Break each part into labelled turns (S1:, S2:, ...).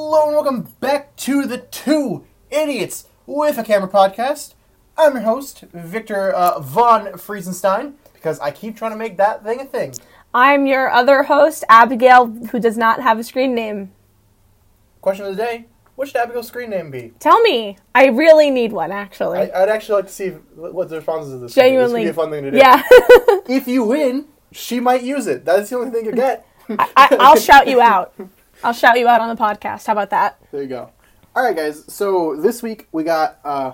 S1: welcome back to the Two Idiots with a Camera podcast. I'm your host, Victor uh, Von Friesenstein, because I keep trying to make that thing a thing.
S2: I'm your other host, Abigail, who does not have a screen name.
S1: Question of the day What should Abigail's screen name be?
S2: Tell me. I really need one, actually.
S1: I, I'd actually like to see what the responses to this would be.
S2: Genuinely.
S1: This would be a fun thing to do.
S2: yeah.
S1: If you win, she might use it. That's the only thing you get.
S2: I, I'll shout you out. I'll shout you out on the podcast. How about that?
S1: There you go. All right, guys. So this week we got uh,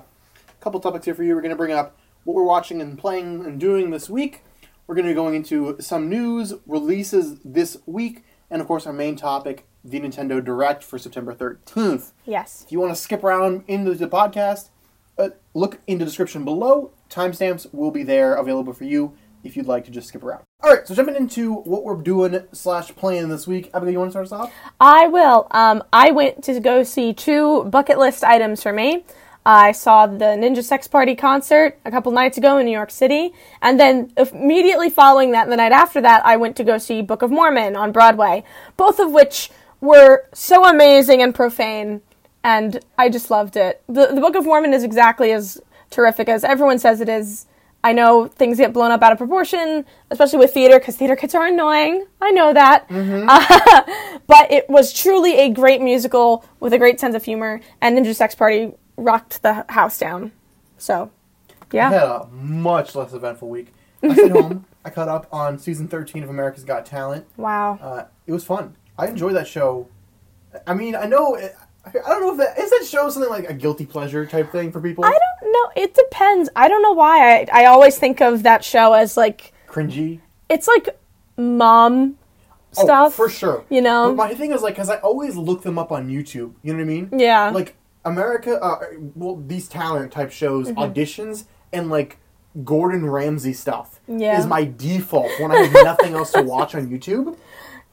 S1: a couple topics here for you. We're going to bring up what we're watching and playing and doing this week. We're going to be going into some news releases this week, and of course our main topic, the Nintendo Direct for September 13th.
S2: Yes.
S1: If you want to skip around into the podcast, uh, look in the description below. Timestamps will be there available for you if you'd like to just skip around. All right, so jumping into what we're doing slash playing this week. Abigail, you want to start us off?
S2: I will. Um, I went to go see two bucket list items for me. I saw the Ninja Sex Party concert a couple nights ago in New York City, and then immediately following that, the night after that, I went to go see Book of Mormon on Broadway. Both of which were so amazing and profane, and I just loved it. The, the Book of Mormon is exactly as terrific as everyone says it is. I know things get blown up out of proportion, especially with theater, because theater kids are annoying. I know that but it was truly a great musical with a great sense of humor, and Ninja Sex Party rocked the house down. So,
S1: I
S2: yeah.
S1: had a much less eventful week. I stayed home. I caught up on season 13 of America's Got Talent.
S2: Wow.
S1: Uh, it was fun. I enjoyed that show. I mean, I know. I I don't know if that is that show something like a guilty pleasure type thing for people.
S2: I don't know. It depends. I don't know why. I, I always think of that show as like,
S1: Cringy
S2: it's like mom
S1: Oh,
S2: stuff.
S1: for sure.
S2: You know?
S1: But my thing is like because I always look them up on YouTube. You know what I mean?
S2: Yeah.
S1: Like America, uh, well, these talent type shows,
S2: Mm-hmm.
S1: auditions, and like Gordon Ramsay stuff
S2: Yeah.
S1: is my default when I have nothing else to watch on YouTube.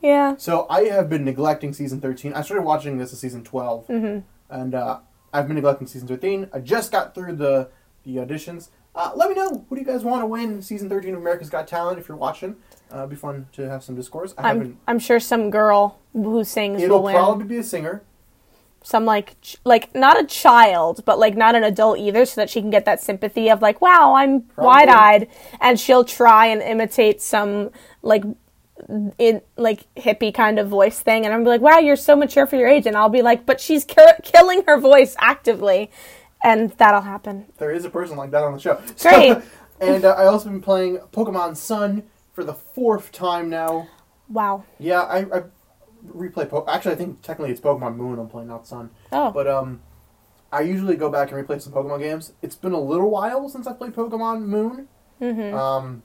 S2: yeah.
S1: So I have been neglecting season 13. I started watching this as season 12.
S2: Mm-hmm.
S1: And uh, I've been neglecting season 13. I just got through the, the auditions. Uh, let me know who do you guys want to win season 13 of America's Got Talent if you're watching. Uh, it'd be fun to have some discourse. I haven't.
S2: I'm, I'm sure some girl who sings
S1: it'll
S2: will win.
S1: probably be a singer.
S2: some like ch- like not a child but like not an adult either so that she can get that sympathy of like wow i'm wide-eyed and she'll try and imitate some like in like hippie kind of voice thing and i'm like wow you're so mature for your age and i'll be like but she's ki- killing her voice actively and that'll happen
S1: There is a person like that on the show.
S2: Great.
S1: and uh, I also been playing Pokemon Sun for the fourth time now.
S2: wow
S1: Yeah, I, I replay. Po- Actually, I think technically it's Pokemon Moon I'm playing, not Sun.
S2: oh
S1: But um, I usually go back and replay some Pokemon games. It's been a little while since I played Pokemon Moon. Mm-hmm. Um,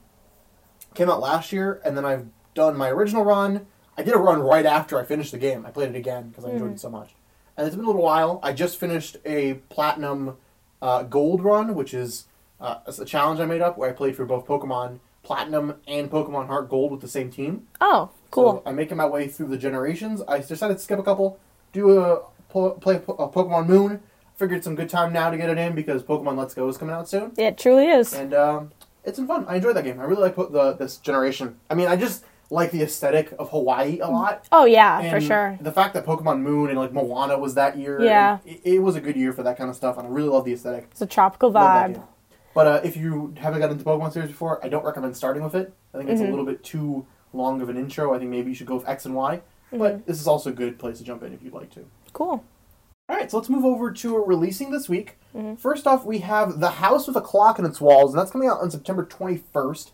S1: came out last year, and then I've done my original run. I did a run right after I finished the game. I played it again because I enjoyed it so much. And it's been a little while. I just finished a platinum uh, gold run, which is uh, it's a challenge I made up where I played for both Pokemon Platinum and Pokemon Heart Gold with the same team.
S2: oh cool
S1: So I'm making my way through the generations. I decided to skip a couple, do a po- play po- a Pokemon Moon. Figured it's some good time now to get it in because Pokemon Let's Go is coming out soon,
S2: it truly is
S1: and um, it's been fun. I enjoyed that game. I really like po- the this generation. I mean, I just like the aesthetic of Hawaii a lot.
S2: oh yeah for
S1: and
S2: sure
S1: The fact that Pokemon Moon and like Moana was that year.
S2: Yeah.
S1: and It, it was a good year for that kind of stuff, and I really love the aesthetic.
S2: it's a tropical
S1: Love that
S2: vibe
S1: game. But uh, if you haven't gotten into Pokemon series before, I don't recommend starting with it. I think it's a little bit too long of an intro. I think maybe you should go with X and Y. But this is also a good place to jump in if you'd like to.
S2: cool
S1: All right, so let's move over to releasing this week.
S2: Mm-hmm.
S1: First off, we have The House with a Clock in Its Walls, and that's coming out on September 21st.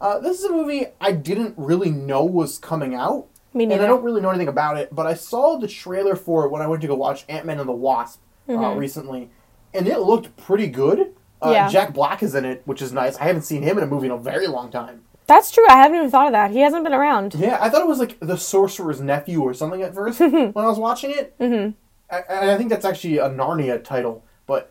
S1: Uh, this is a movie I didn't really know was coming out.
S2: Me
S1: And I
S2: neither.
S1: don't really know anything about it, but I saw the trailer for it when I went to go watch Ant Man and the Wasp uh, recently, and it looked pretty good. Uh,
S2: Mm-hmm. Yeah.
S1: Jack Black is in it, which is nice. I haven't seen him in a movie in a very long time.
S2: that's true i haven't even thought of that he hasn't been around
S1: Yeah, I thought it was like the Sorcerer's Nephew or something at first when I was watching it. Mm-hmm. I, I think that's actually a Narnia title, but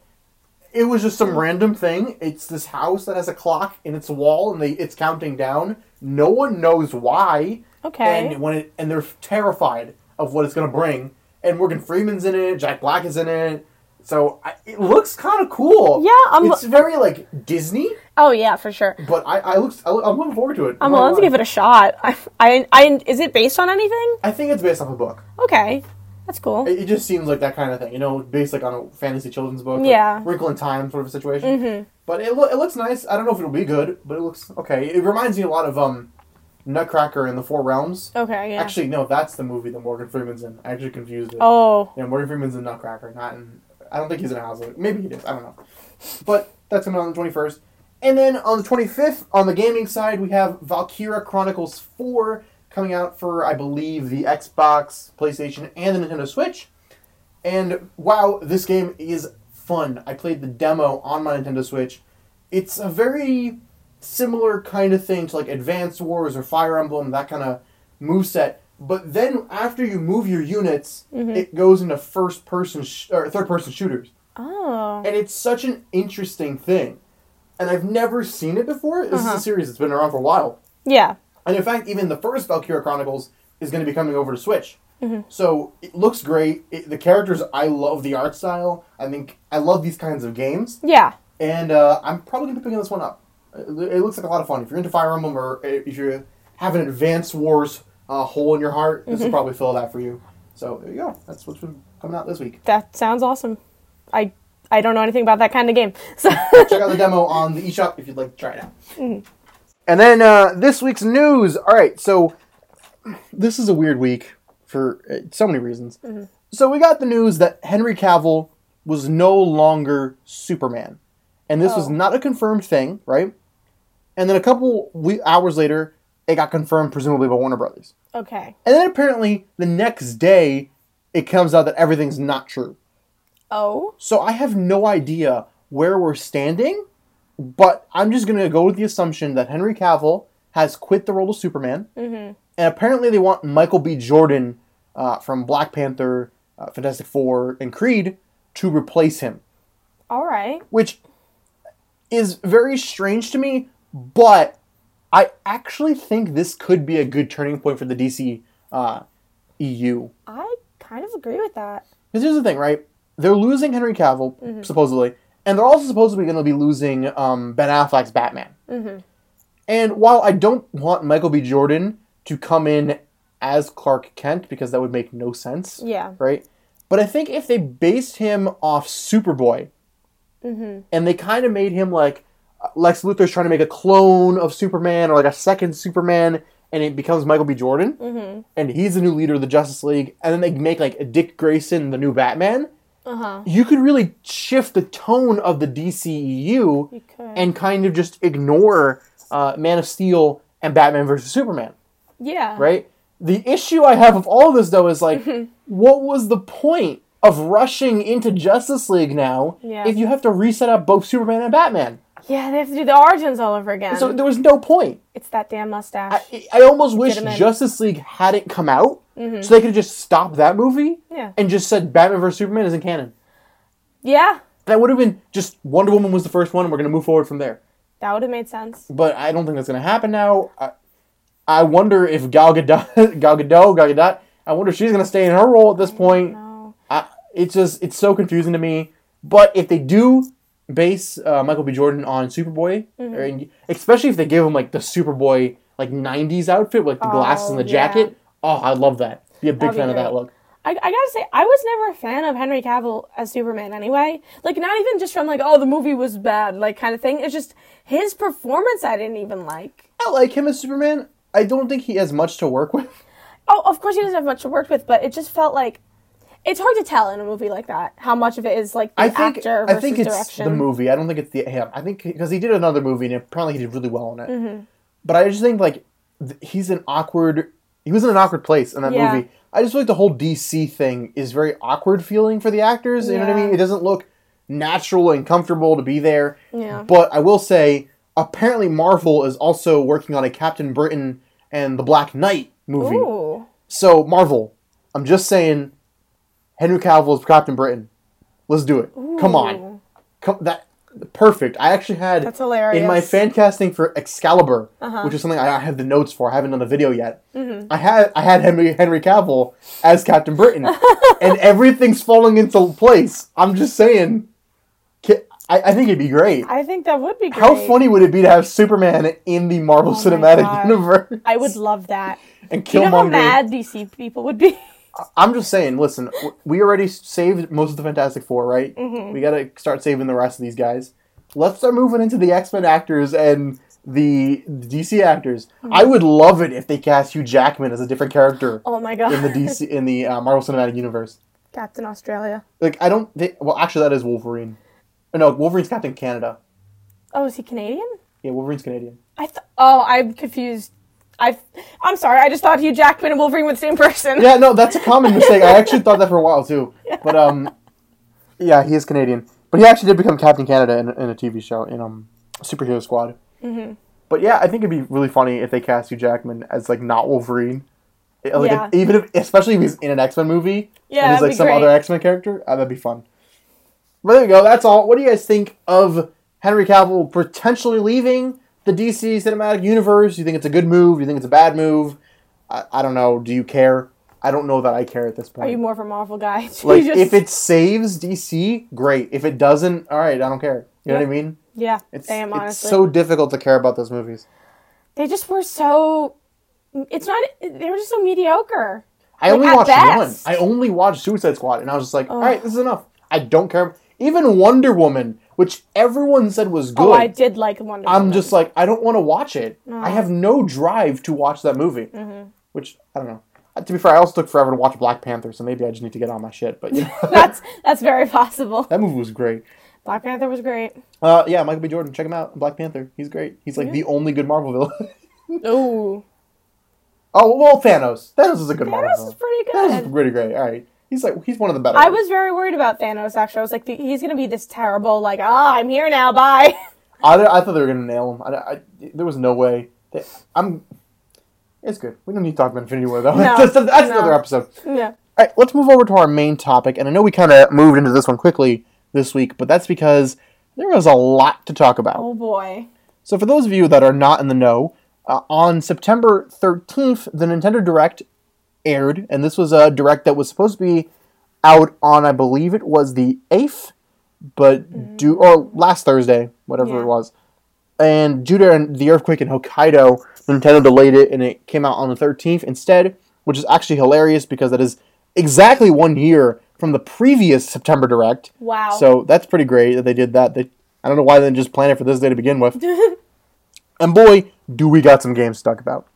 S1: it was just
S2: Mm-hmm.
S1: some random thing. It's this house that has a clock in its wall, and they it's counting down. No one knows why.
S2: Okay.
S1: And when it, and they're terrified of what it's going to bring. And Morgan Freeman's in it. Jack Black is in it. So I, it looks kind of cool.
S2: Yeah, I'm-
S1: it's very like Disney,
S2: oh yeah for sure
S1: but I I looks I, I'm looking forward to it.
S2: I'm willing to give it a shot. I, I, I, is it based on anything?
S1: I think it's based off a book.
S2: Okay. That's cool.
S1: It, it just seems like that kind of thing, you know, based like on a fantasy children's book. like
S2: Yeah. Mm-hmm.
S1: Wrinkle in Time sort of a situation. But it, loo- it looks nice. I don't know if it'll be good, but it looks okay. It reminds me a lot of um, Nutcracker in the Four Realms.
S2: Okay, yeah.
S1: Actually, no, that's the movie that Morgan Freeman's in. I actually confused it.
S2: oh,
S1: Yeah, Morgan Freeman's in Nutcracker, not in. I don't think he's in a house. of- Maybe he is. I don't know. But that's coming out on the 21st. And then on the 25th, on the gaming side, we have Valkyria Chronicles 4 coming out for, I believe, the Xbox, PlayStation, and the Nintendo Switch. And wow, this game is fun. I played the demo on my Nintendo Switch. It's a very similar kind of thing to like Advanced Wars or Fire Emblem, that kind of moveset. But then after you move your units, it goes into first person sh- or third person shooters.
S2: oh,
S1: And it's such an interesting thing. And I've never seen it before. This is a series that's been around for a while.
S2: yeah.
S1: And in fact, even the first Valkyria Chronicles is going to be coming over to Switch. So it looks great. It, the characters, I love the art style. I think I love these kinds of games,
S2: Yeah.
S1: and uh, I'm probably going to be picking this one up. It, it looks like a lot of fun. If you're into Fire Emblem or uh, if you have an Advanced Wars uh, hole in your heart, this will probably fill that for you. So there you go. That's what's been coming out this week.
S2: That sounds awesome. I I don't know anything about that kind of game. So
S1: check out the demo on the eShop if you'd like to try it out. And then uh, this week's news. All right, so this is a weird week for uh, so many reasons. So we got the news that Henry Cavill was no longer Superman, and this was
S2: Oh.
S1: not a confirmed thing, right? And then a couple we- hours later, it got confirmed, presumably by Warner Brothers.
S2: okay.
S1: And then apparently the next day, it comes out that everything's not true.
S2: Oh,
S1: So I have no idea where we're standing, but I'm just going to go with the assumption that Henry Cavill has quit the role of Superman. Mm-hmm. And apparently they want Michael B. Jordan uh, from Black Panther, uh, Fantastic Four, and Creed to replace him,
S2: all right.
S1: which is very strange to me, but I actually think this could be a good turning point for the DC uh, EU.
S2: I kind of agree with that.
S1: Because here's the thing, right? They're losing Henry Cavill supposedly, and they're also supposedly going to be losing um, Ben Affleck's Batman. And while I don't want Michael B. Jordan to come in as Clark Kent because that would make no sense,
S2: Yeah.
S1: right? But I think if they based him off Superboy,
S2: Mm-hmm.
S1: and they kind of made him like uh, Lex Luthor's trying to make a clone of Superman or like a second Superman, and it becomes Michael B. Jordan,
S2: Mm-hmm.
S1: and he's the new leader of the Justice League, and then they make like Dick Grayson the new Batman.
S2: Uh-huh.
S1: You could really shift the tone of the DCEU
S2: You could.
S1: and kind of just ignore uh, Man of Steel and Batman versus Superman
S2: yeah.
S1: right? The issue I have of all of this though is like, what was the point of rushing into Justice League now
S2: Yeah.
S1: if you have to reset up both Superman and Batman?
S2: Yeah, they have to do the origins all over again.
S1: So there was no point.
S2: it's that damn mustache.
S1: I, I almost wish
S2: Get 'em in. Mm-hmm.
S1: Justice League hadn't come out so they could have just stopped that movie
S2: Yeah.
S1: and just said Batman vs Superman isn't canon.
S2: yeah.
S1: That would have been just Wonder Woman was the first one and we're gonna move forward from there.
S2: That would have made sense.
S1: But I don't think that's gonna happen now. I, I wonder if Gal Gadot, Gal Gadot, Gal Gadot. I wonder if she's gonna stay in her role at this point.
S2: No.
S1: I, it's just it's so confusing to me. But if they do base uh, Michael B. Jordan on Superboy,
S2: Mm-hmm.
S1: or in- especially if they give him like the Superboy like '90s outfit, with, like the glasses and
S2: Oh,
S1: the
S2: yeah.
S1: jacket, oh, I love that. Be a big
S2: That'd be
S1: fan of that
S2: great.
S1: look.
S2: I, I gotta say, I was never a fan of Henry Cavill as Superman anyway. Like, not even just from, like, oh, the movie was bad, like, kind of thing. It's just his performance I didn't even like.
S1: I like him as Superman. I don't think he has much to work with.
S2: Oh, of course, he doesn't have much to work with, but it just felt like it's hard to tell in a movie like that how much of it is, like, the
S1: I think
S2: actor versus
S1: I think it's
S2: direction.
S1: the movie. I don't think it's the him. I think because he did another movie and apparently he did really well in it.
S2: Mm-hmm.
S1: But I just think like th- he's an awkward. He was in an awkward place in that
S2: Yeah.
S1: movie. I just feel like the whole DC thing is very awkward feeling for the actors. You know what I
S2: Yeah.
S1: mean? It doesn't look natural and comfortable to be there.
S2: Yeah.
S1: But I will say, apparently Marvel is also working on a Captain Britain and the Black Knight movie.
S2: Ooh.
S1: So Marvel, I'm just saying, Henry Cavill is Captain Britain. Let's do it. Come on, come that perfect. I actually had
S2: That's hilarious. Uh-huh.
S1: in my fan casting for Excalibur, which is something I, I have the notes for. I haven't done the video yet.
S2: Mm-hmm.
S1: I had I had Henry Henry Cavill as Captain Britain, and everything's falling into place. I'm just saying, ca- I, I think it'd be great.
S2: I think that would be great.
S1: How funny would it be to have Superman in the Marvel
S2: Oh my
S1: Cinematic
S2: gosh.
S1: Universe
S2: I would love that.
S1: and Killmonger?
S2: Do you know how mad DC people would be?
S1: I'm just saying, listen, w- we already saved most of the Fantastic Four, right? We got to start saving the rest of these guys. Let's start moving into the X Men actors and the DC actors. I would love it if they cast Hugh Jackman as a different character
S2: Oh my god.
S1: in the DC in the uh, Marvel Cinematic Universe.
S2: Captain Australia.
S1: Like, I don't think. Well, actually, that is Wolverine. Oh, No, Wolverine's Captain Canada.
S2: Oh, is he Canadian?
S1: Yeah, Wolverine's Canadian.
S2: I th- oh, I'm confused. I I'm sorry. I just thought Hugh Jackman and Wolverine were the same person.
S1: Yeah, no, that's a common mistake. I actually thought that for a while too. But um, yeah, he is Canadian. But he actually did become Captain Canada in, in a TV show in um Superhero Squad. Mm-hmm. But yeah, I think it'd be really funny if they cast Hugh Jackman as like not Wolverine. Eh, Like
S2: Yeah.
S1: even if, especially if he's in an X Men movie and
S2: Yeah,
S1: he's
S2: that'd
S1: like
S2: be
S1: some
S2: great.
S1: other X Men character, uh, that'd be fun. But there you go. That's all. What do you guys think of Henry Cavill potentially leaving the DC cinematic universe? Do you think it's a good move? Do you think it's a bad move? I, I don't know. Do you care? I don't know that I care at this point.
S2: Are you more of a Marvel guy? You
S1: like,
S2: just-
S1: if it saves DC, great. If it doesn't, all right, I don't care. You know
S2: Yeah.
S1: what I mean?
S2: yeah,
S1: It's,
S2: damn
S1: it's
S2: honestly,
S1: so difficult to care about those movies.
S2: they just were so. It's not. They were just so mediocre.
S1: I
S2: Like,
S1: only
S2: at
S1: watched
S2: best.
S1: one. I only watched Suicide Squad, and I was just like, all right, this is enough. I don't care. Even Wonder Woman, which everyone said was good.
S2: Oh, I did like Wonder.
S1: I'm
S2: Woman.
S1: just like, I don't want to watch it. I have no drive to watch that movie.
S2: Mm-hmm.
S1: Which, I don't know. Uh, To be fair, I also took forever to watch Black Panther, so maybe I just need to get on my shit. But you know,
S2: that's that's very possible.
S1: that movie was great.
S2: Black Panther was great.
S1: Uh, yeah, Michael B. Jordan, check him out. Black Panther. He's great. He's like the only good Marvel villain.
S2: Ooh,
S1: oh, well, Thanos. Thanos is a good Marvel
S2: Thanos was
S1: villain.
S2: pretty
S1: Thanos is
S2: good.
S1: pretty great. All right. He's like, he's one of the better
S2: I
S1: ones.
S2: was very worried about Thanos. Actually, I was like, he's gonna be this terrible. Like, ah, I'm here now. Bye.
S1: I, I thought they were gonna nail him. I, I- there was no way. They- I'm. It's good. We don't need to talk about Infinity War though. that's that's
S2: no.
S1: another episode.
S2: yeah.
S1: All right, let's move over to our main topic. And I know we kind of moved into this one quickly this week, but that's because there was a lot to talk about.
S2: Oh boy.
S1: So, for those of you that are not in the know, uh, on September 13th, the Nintendo Direct aired, and this was a direct that was supposed to be out on, I believe it was the 8th, but due, or last Thursday, whatever
S2: Yeah.
S1: it was. And due to an- the earthquake in Hokkaido, Nintendo delayed it and it came out on the 13th instead, which is actually hilarious because that is exactly one year from the previous September Direct.
S2: Wow.
S1: So that's pretty great that they did that. They, I don't know why they didn't just plan it for this day to begin with. and boy, do we got some games to talk about.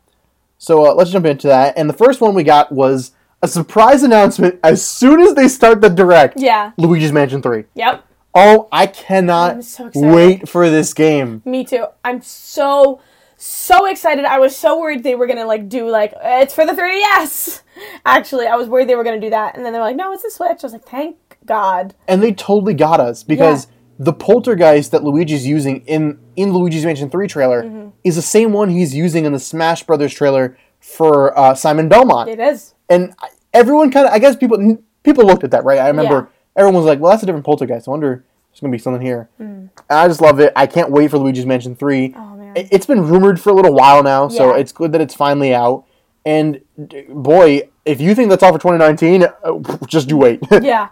S1: So uh, let's jump into that. And the first one we got was a surprise announcement as soon as they start the direct.
S2: Yeah.
S1: Luigi's Mansion 3.
S2: Yep.
S1: Oh, I cannot
S2: so excited.
S1: wait for this game.
S2: Me too. I'm so so excited. I was so worried they were gonna like do like it's for the 3DS. Actually, I was worried they were gonna do that, and then they were like, no, it's the Switch. I was like, thank God.
S1: And they totally got us because the poltergeist that Luigi's using in, in Luigi's Mansion 3 trailer
S2: Mm-hmm.
S1: is the same one he's using in the Smash Brothers trailer for uh, Simon Belmont.
S2: It is.
S1: and I- everyone kind of I guess people n- people looked at that right. I remember everyone was like, "Well, that's a different poltergeist. I wonder if there's gonna be something here." And I just love it. I can't wait for Luigi's Mansion Three.
S2: Mm. Oh, man.
S1: I- It's been rumored for a little while now, so
S2: Yeah.
S1: it's good that it's finally out. And d- boy, if you think that's all for 2019, uh, just you wait.
S2: Yeah.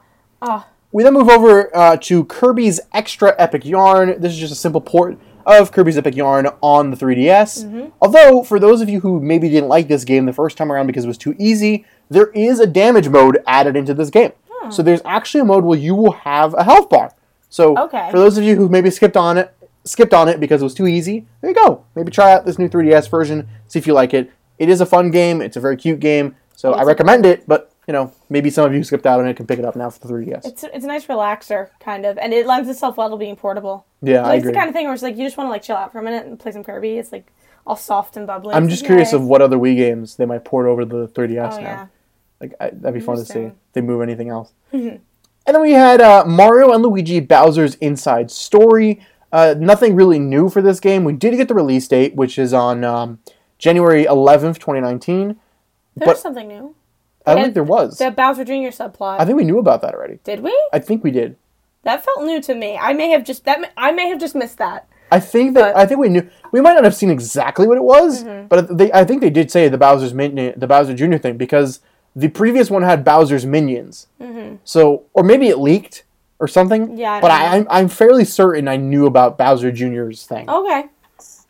S1: We then move over uh, to Kirby's Extra Epic Yarn. This is just a simple port of Kirby's Epic Yarn on the 3DS. Although, for those of you who maybe didn't like this game the first time around because it was too easy, there is a damage mode added into this game. So there's actually a mode where you will have a health bar. So
S2: Okay.
S1: for those of you who maybe skipped on it, skipped on it because it was too easy, there you go. Maybe try out this new 3DS version, see if you like it. It is a fun game. It's a very cute game. So I recommend it, but you know, maybe some of you who skipped out on it can pick it up now for the 3DS.
S2: It's a, it's a nice relaxer kind of, and it lends itself well to being portable.
S1: Yeah,
S2: Like,
S1: I
S2: it's
S1: agree.
S2: the kind of thing where it's like you just want to like chill out for a minute and play some Kirby. It's like all soft and bubbly.
S1: I'm
S2: It's
S1: just
S2: like,
S1: curious
S2: yay.
S1: of what other Wii games they might port over to the 3DS
S2: Oh
S1: now.
S2: yeah.
S1: Like I, that'd be fun to see.
S2: Interesting.
S1: If they move anything else. and then we had uh, Mario and Luigi Bowser's Inside Story. Uh, nothing really new for this game. We did get the release date, which is on um, January 11th, 2019.
S2: There's
S1: but-
S2: something new.
S1: I don't
S2: And
S1: think there was.
S2: The Bowser Jr. subplot.
S1: I think we knew about that already.
S2: Did we?
S1: I think we did.
S2: That felt new to me. I may have just that. may- I may have just missed that.
S1: I think that
S2: But- Mm-hmm.
S1: I think we knew we might not have seen exactly what it was, but they, I think they did say the Bowser's minion, the Bowser Jr. thing because the previous one had Bowser's minions. So, or maybe it leaked or something.
S2: Mm-hmm. Yeah, I
S1: but
S2: don't
S1: I, I'm I'm fairly certain I knew about Bowser Jr.'s thing.
S2: Okay.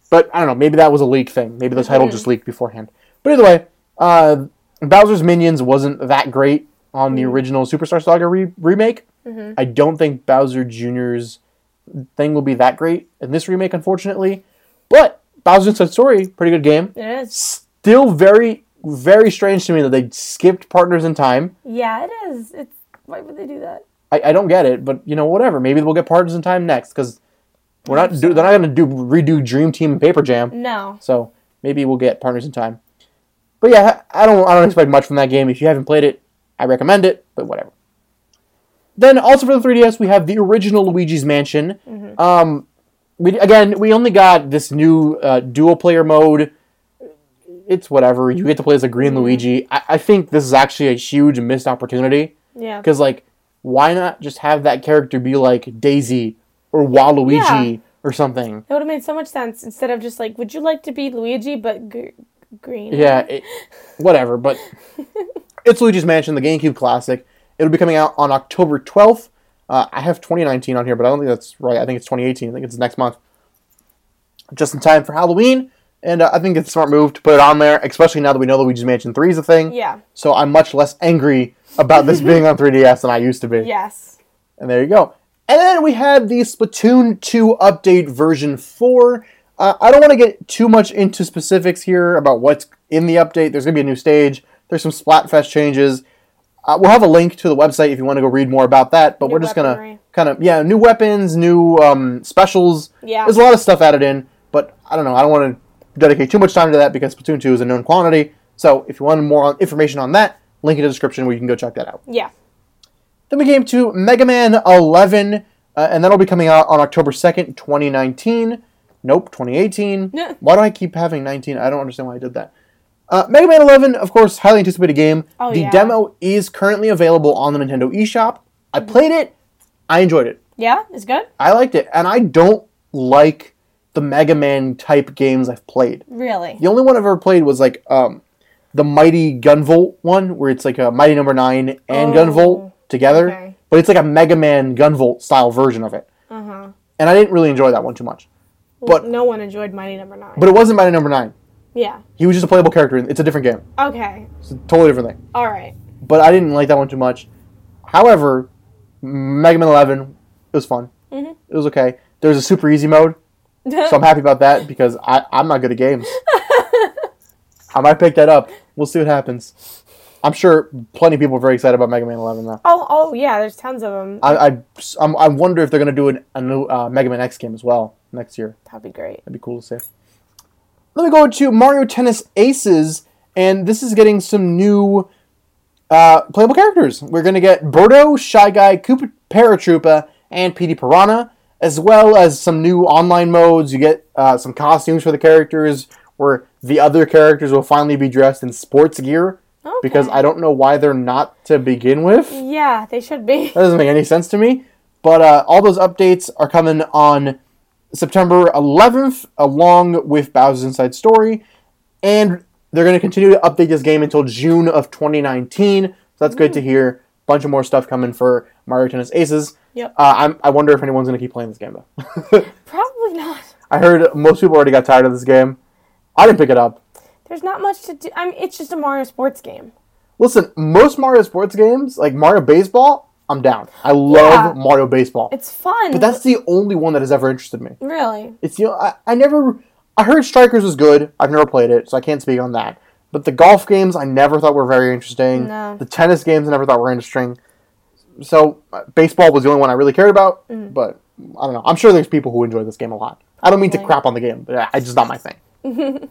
S1: But I don't know. Maybe that was a leak thing. Maybe the title just leaked beforehand. But either way, uh, Bowser's Minions wasn't that great on the original Superstar Saga re- remake. I don't think Bowser Jr.'s thing will be that great in this remake, unfortunately. But Bowser Inside Story, pretty good game.
S2: It is.
S1: Still very, very strange to me that they skipped Partners in Time.
S2: Yeah, it is. It's why would they do that?
S1: I, I don't get it, but you know, whatever. Maybe we'll get Partners in Time next because we're not do, they're not going to do redo Dream Team and Paper Jam.
S2: No.
S1: So maybe we'll get partners in time. But yeah, I I don't I don't expect much from that game. If you haven't played it, I recommend it. But whatever. Then also for the 3DS, we have the original Luigi's Mansion. Um, we again we only got this new uh, dual player mode. It's whatever you get to play as a green Luigi. I, I think this is actually a huge missed opportunity
S2: Yeah.
S1: because like why not just have that character be like Daisy or Waluigi
S2: Yeah.
S1: or something?
S2: That would have made so much sense instead of just like, would you like to be Luigi but gr- green?
S1: Yeah, it, whatever. But it's Luigi's Mansion, the GameCube classic. It'll be coming out on October 12th. Uh, I have 2019 on here, but I don't think that's right. I think it's 2018. I think it's next month. Just in time for Halloween. And uh, I think it's a smart move to put it on there, especially now that we know Luigi's Mansion 3 is a thing.
S2: Yeah.
S1: So I'm much less angry about this being on 3DS than I used to be.
S2: Yes.
S1: And there you go. And then we have the Splatoon 2 update version 4. Uh, I don't want to get too much into specifics here about what's in the update. There's going to be a new stage, there's some Splatfest changes. Uh, we'll have a link to the website if you want to go read more about that, but
S2: New
S1: we're just going
S2: weaponry.
S1: to kind of, yeah, new weapons, new um, specials.
S2: Yeah.
S1: There's a lot of stuff added in, but I don't know. I don't want to dedicate too much time to that because Splatoon 2 is a known quantity. So if you want more on- information on that, link in the description where you can go check that out.
S2: Yeah.
S1: Then we came to Mega Man 11, uh, and that'll be coming out on October 2nd, 2019. Nope, 2018.
S2: Yeah.
S1: Why do I keep having 19? I don't understand why I did that. Uh, Mega Man 11, of course, highly anticipated game.
S2: Oh,
S1: the
S2: yeah.
S1: demo is currently available on the Nintendo eShop. I played it. I enjoyed it.
S2: Yeah. It's good.
S1: I liked it. And I don't like the Mega Man type games I've played.
S2: Really.
S1: The only one I've ever played was like um, the Mighty Gunvolt one, where it's like a Mighty Number Nine and
S2: Oh,
S1: Gunvolt together,
S2: okay.
S1: but it's like a Mega Man Gunvolt style version of it.
S2: Uh huh.
S1: And I didn't really enjoy that one too much. But-
S2: no one enjoyed Mighty Number Nine.
S1: But it wasn't Mighty Number Nine.
S2: yeah.
S1: He was just a playable character. It's a different game.
S2: Okay.
S1: It's a totally different thing.
S2: All right.
S1: But I didn't like that one too much. However, Mega Man Eleven it was fun.
S2: Mhm.
S1: It was okay. There's a super easy mode, so I'm happy about that because I, I'm not good at games. I might pick that up. We'll see what happens. I'm sure plenty of people are very excited about Mega Man 11 though.
S2: oh. Oh. Yeah. There's tons of them.
S1: I, I, I'm- I wonder if they're going to do an, a new uh, Mega Man X game as well next year.
S2: That'd be great.
S1: That'd be cool to see. Let me go to Mario Tennis Aces, and this is getting some new uh, playable characters. We're going to get Birdo, Shy Guy, Koopa Paratroopa, and Petey Piranha, as well as some new online modes. You get uh, some costumes for the characters, where the other characters will finally be dressed in sports gear, because
S2: Okay.
S1: I don't know why they're not to begin with.
S2: Yeah. They should be.
S1: That doesn't make any sense to me. But uh, all those updates are coming on September 11th, along with Bowser's Inside Story, and they're going to continue to update this game until June of 2019. So that's good to hear. Bunch of more stuff coming for Mario Tennis Aces.
S2: Yep.
S1: Uh, I'm, I wonder if anyone's going to keep playing this game though.
S2: Probably not.
S1: I heard most people already got tired of this game. I didn't pick it up.
S2: There's not much to do. I mean, it's just a Mario sports game.
S1: Listen, most Mario sports games, like Mario Baseball, I'm down. I love
S2: Yeah.
S1: Mario Baseball.
S2: It's fun.
S1: but that's the only one that has ever interested me.
S2: really.
S1: It's you know I, I never I heard Strikers was good. I've never played it, so I can't speak on that. But the golf games I never thought were very interesting.
S2: No.
S1: The tennis games I never thought were interesting. So uh, baseball was the only one I really cared about. But I don't know. I'm sure there's people who enjoy this game a lot. I don't mean to
S2: Right.
S1: crap on the game, but I- it's just not my thing.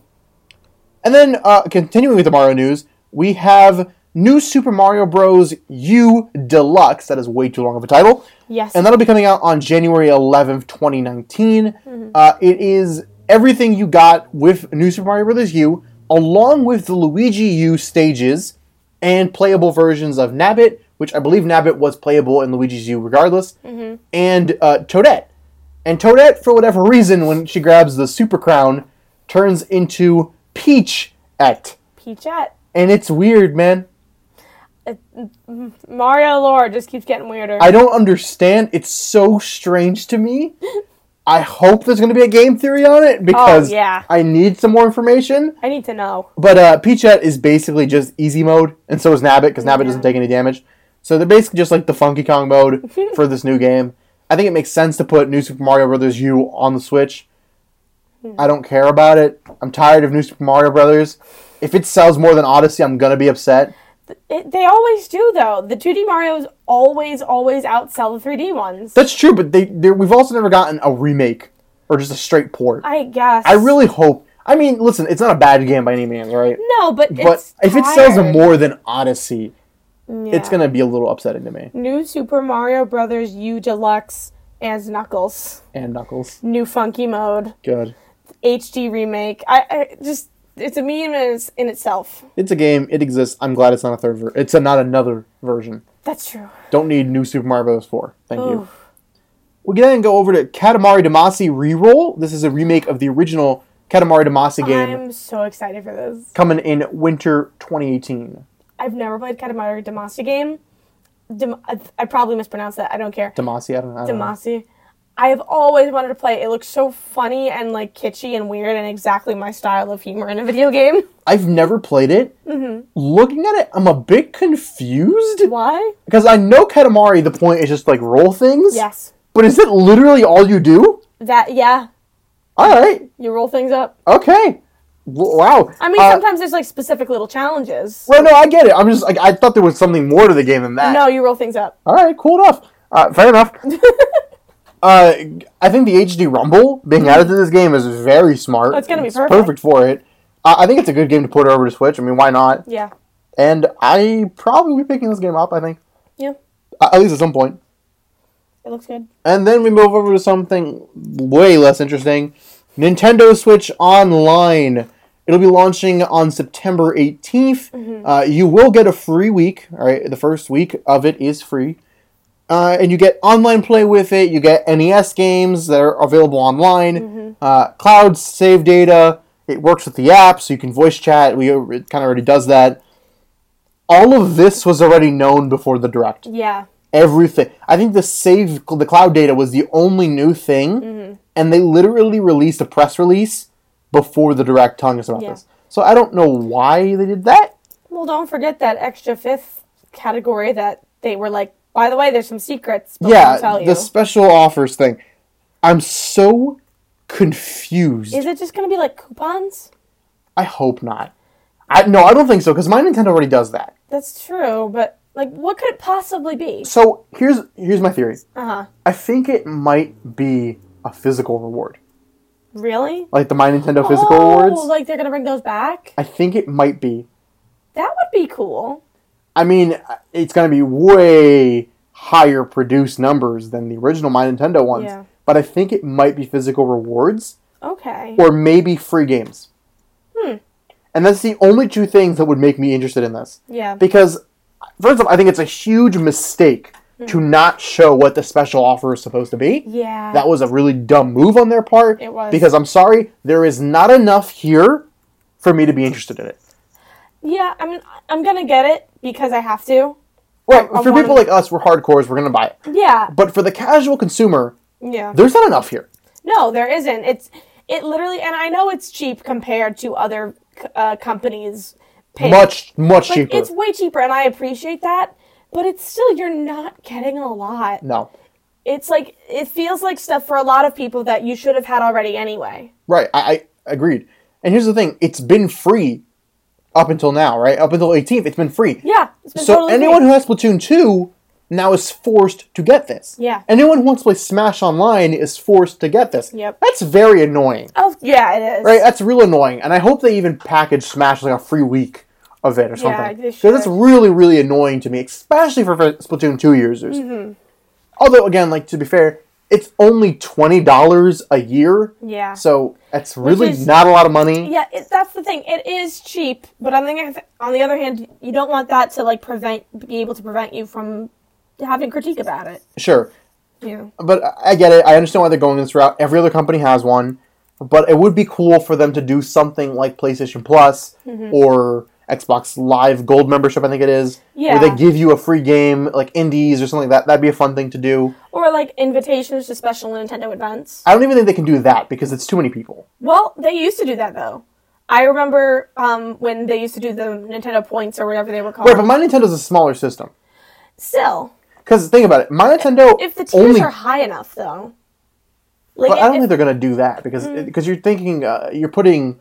S1: and then uh, continuing with the Mario news, we have New Super Mario Bros. U Deluxe. That is way too long of a title.
S2: Yes.
S1: And that'll be coming out on January 11th, 2019. Uh, it is everything you got with New Super Mario Bros. U, along with the Luigi U stages and playable versions of Nabbit, which I believe Nabbit was playable in Luigi's U regardless, and uh, Toadette. And Toadette, for whatever reason, when she grabs the Super Crown, turns into Peachette.
S2: Peachette.
S1: And it's weird, man.
S2: Mario lore just keeps getting weirder.
S1: I don't understand. It's so strange to me. I hope there's going to be a game theory on it because
S2: yeah.
S1: I need some more information.
S2: I need to know.
S1: But uh, Peachette is basically just easy mode, and so is Nabbit because Nabbit doesn't take any damage. So they're basically just like the Funky Kong mode for this new game. I think it makes sense to put New Super Mario Brothers U on the Switch. I don't care about it. I'm tired of New Super Mario Brothers. If it sells more than Odyssey, I'm gonna be upset.
S2: It, they always do though. The 2D Mario's always always outsell the 3D ones.
S1: That's true, but they they're- we've also never gotten a remake or just a straight port. I,
S2: I guess.
S1: really hope. I mean, listen, it's not a bad game by any means, right?
S2: no, but
S1: But
S2: it's
S1: if it sells
S2: tired.
S1: more than Odyssey,
S2: Yeah.
S1: it's gonna be a little upsetting to me.
S2: new Super Mario Brothers U Deluxe and Knuckles
S1: And Knuckles,
S2: new funky mode
S1: good.
S2: HD remake. I, I just it's a meme in, its- in itself.
S1: It's a game. It exists. I'm glad it's not a third. Ver- it's a, not another version.
S2: That's true.
S1: Don't need new Super Mario Bros. 4. Thank you.
S2: Oof.
S1: We can then go over to Katamari Damacy Reroll. This is a remake of the original Katamari Damacy game
S2: I'm so excited for this.
S1: coming in winter 2018.
S2: I've never played Katamari Damacy game. Dem- I- I probably mispronounced that. I don't care.
S1: Damacy, I don't, I don't know.
S2: Damacy. I have always wanted to play. it. It looks so funny and like kitschy and weird and exactly my style of humor in a video game.
S1: I've never played it.
S2: Mm-hmm.
S1: Looking at it, I'm a bit confused
S2: Why?
S1: because I know Katamari. The point is just like roll things.
S2: Yes.
S1: But is it literally all you do?
S2: That yeah.
S1: All right.
S2: You roll things up.
S1: Okay. W- Wow.
S2: I mean,
S1: Uh,
S2: sometimes there's like specific little challenges.
S1: Well, no, I get it. I'm just like I thought there was something more to the game than that.
S2: No, you roll things up.
S1: All right, cool enough. Uh, fair enough. uh, I think the HD Rumble being added to this game is very smart.
S2: it's gonna be perfect.
S1: perfect. for it. Uh, I think it's a good game to put over to Switch. I mean, why not?
S2: Yeah.
S1: And I probably will be picking this game up. I think
S2: Yeah.
S1: uh, at least at some point.
S2: It looks good.
S1: And then we move over to something way less interesting. Nintendo Switch Online. It'll be launching on September 18th. Uh, you will get a free week. All right, the first week of it is free. Uh, and you get online play with it. You get NES games that are available online. Uh, cloud save data. It works with the app, so you can voice chat. We it kind of already does that. All of this was already known before the direct
S2: Yeah.
S1: everything. I think the save the cloud data was the only new thing,
S2: Mm-hmm.
S1: and they literally released a press release before the direct telling us about
S2: Yeah.
S1: this. So I don't know why they did that.
S2: Well, don't forget that extra fifth category that they were like. By the way, there's some secrets. But yeah.
S1: yeah,
S2: We'll tell you.
S1: the special offers thing. I'm so confused.
S2: Is it just gonna be like coupons?
S1: I hope not. I no, I don't think so because my Nintendo already does that.
S2: That's true, but like, what could it possibly be?
S1: So here's here's my theory.
S2: Uh huh.
S1: I think it might be a physical reward,
S2: Really?
S1: like the My Nintendo physical
S2: oh,
S1: rewards.
S2: like they're gonna bring those back?
S1: I think it might be
S2: That would be cool.
S1: I mean, it's going to be way higher produced numbers than the original My Nintendo ones.
S2: Yeah.
S1: But I think it might be physical rewards
S2: Okay.
S1: or maybe free games. Hmm. And that's the only two things that would make me interested in this.
S2: yeah.
S1: Because, first off, I think it's a huge mistake
S2: Hmm.
S1: to not show what the special offer is supposed to be.
S2: yeah.
S1: That was a really dumb move on their part.
S2: It was.
S1: Because I'm sorry, there is not enough here for me to be interested in it.
S2: yeah. I mean, I- I'm gonna get it because I have to.
S1: Right. for
S2: wanna-
S1: people like us, we're hardcores, we're going to buy it.
S2: Yeah.
S1: But for the casual consumer,
S2: Yeah.
S1: there's not enough here.
S2: No, there isn't. It's it literally, and I know it's cheap compared to other c- uh, companies. Pay.
S1: Much, much
S2: Like,
S1: cheaper.
S2: It's way cheaper, and I appreciate that. But it's still you're not getting a lot.
S1: No.
S2: It's like it feels like stuff for a lot of people that you should have had already anyway.
S1: Right. I, I agreed. And here's the thing it's been free up until now, right? Up until 18th, it's been free.
S2: Yeah. It's been
S1: So
S2: totally
S1: anyone
S2: free.
S1: who has Splatoon 2 now is forced to get this.
S2: Yeah.
S1: Anyone who wants to play Smash Online is forced to get this.
S2: Yep.
S1: That's very annoying.
S2: Oh yeah, it is.
S1: Right? That's real annoying. And I hope they even package Smash like a free week of it or something.
S2: they
S1: 'Cause That's
S2: should.
S1: really, really annoying to me, especially for for Splatoon 2 users.
S2: Mm-hmm.
S1: Although, again, like to be fair, it's only $20 a year.
S2: Yeah.
S1: So that's really
S2: is-
S1: not a lot of money.
S2: Yeah, it, that's the thing. It is cheap, but on the on the other hand, you don't want that to like prevent be able to prevent you from having critique about it.
S1: Sure.
S2: You know.
S1: But I- I get it. I understand why they're going this route. Every other company has
S2: Mm-hmm.
S1: one. But it would be cool for them to do something like PlayStation Plus or Xbox Live Gold membership, I think it is.
S2: Yeah.
S1: Where they give you a free game, like indies or something like that. That'd be a fun thing to do.
S2: Or like invitations to special Nintendo events.
S1: I don't even think they can do that because it's too many people.
S2: Well, they used to do that though. I remember um, when they used to do the Nintendo points or whatever they were called.
S1: Right, but my Nintendo's a smaller system.
S2: Still,
S1: Because think about it, my Nintendo
S2: if the tiers
S1: only.
S2: are high enough though, like
S1: but I don't
S2: if- Mm.
S1: think they're gonna do that because because you're thinking uh, you're putting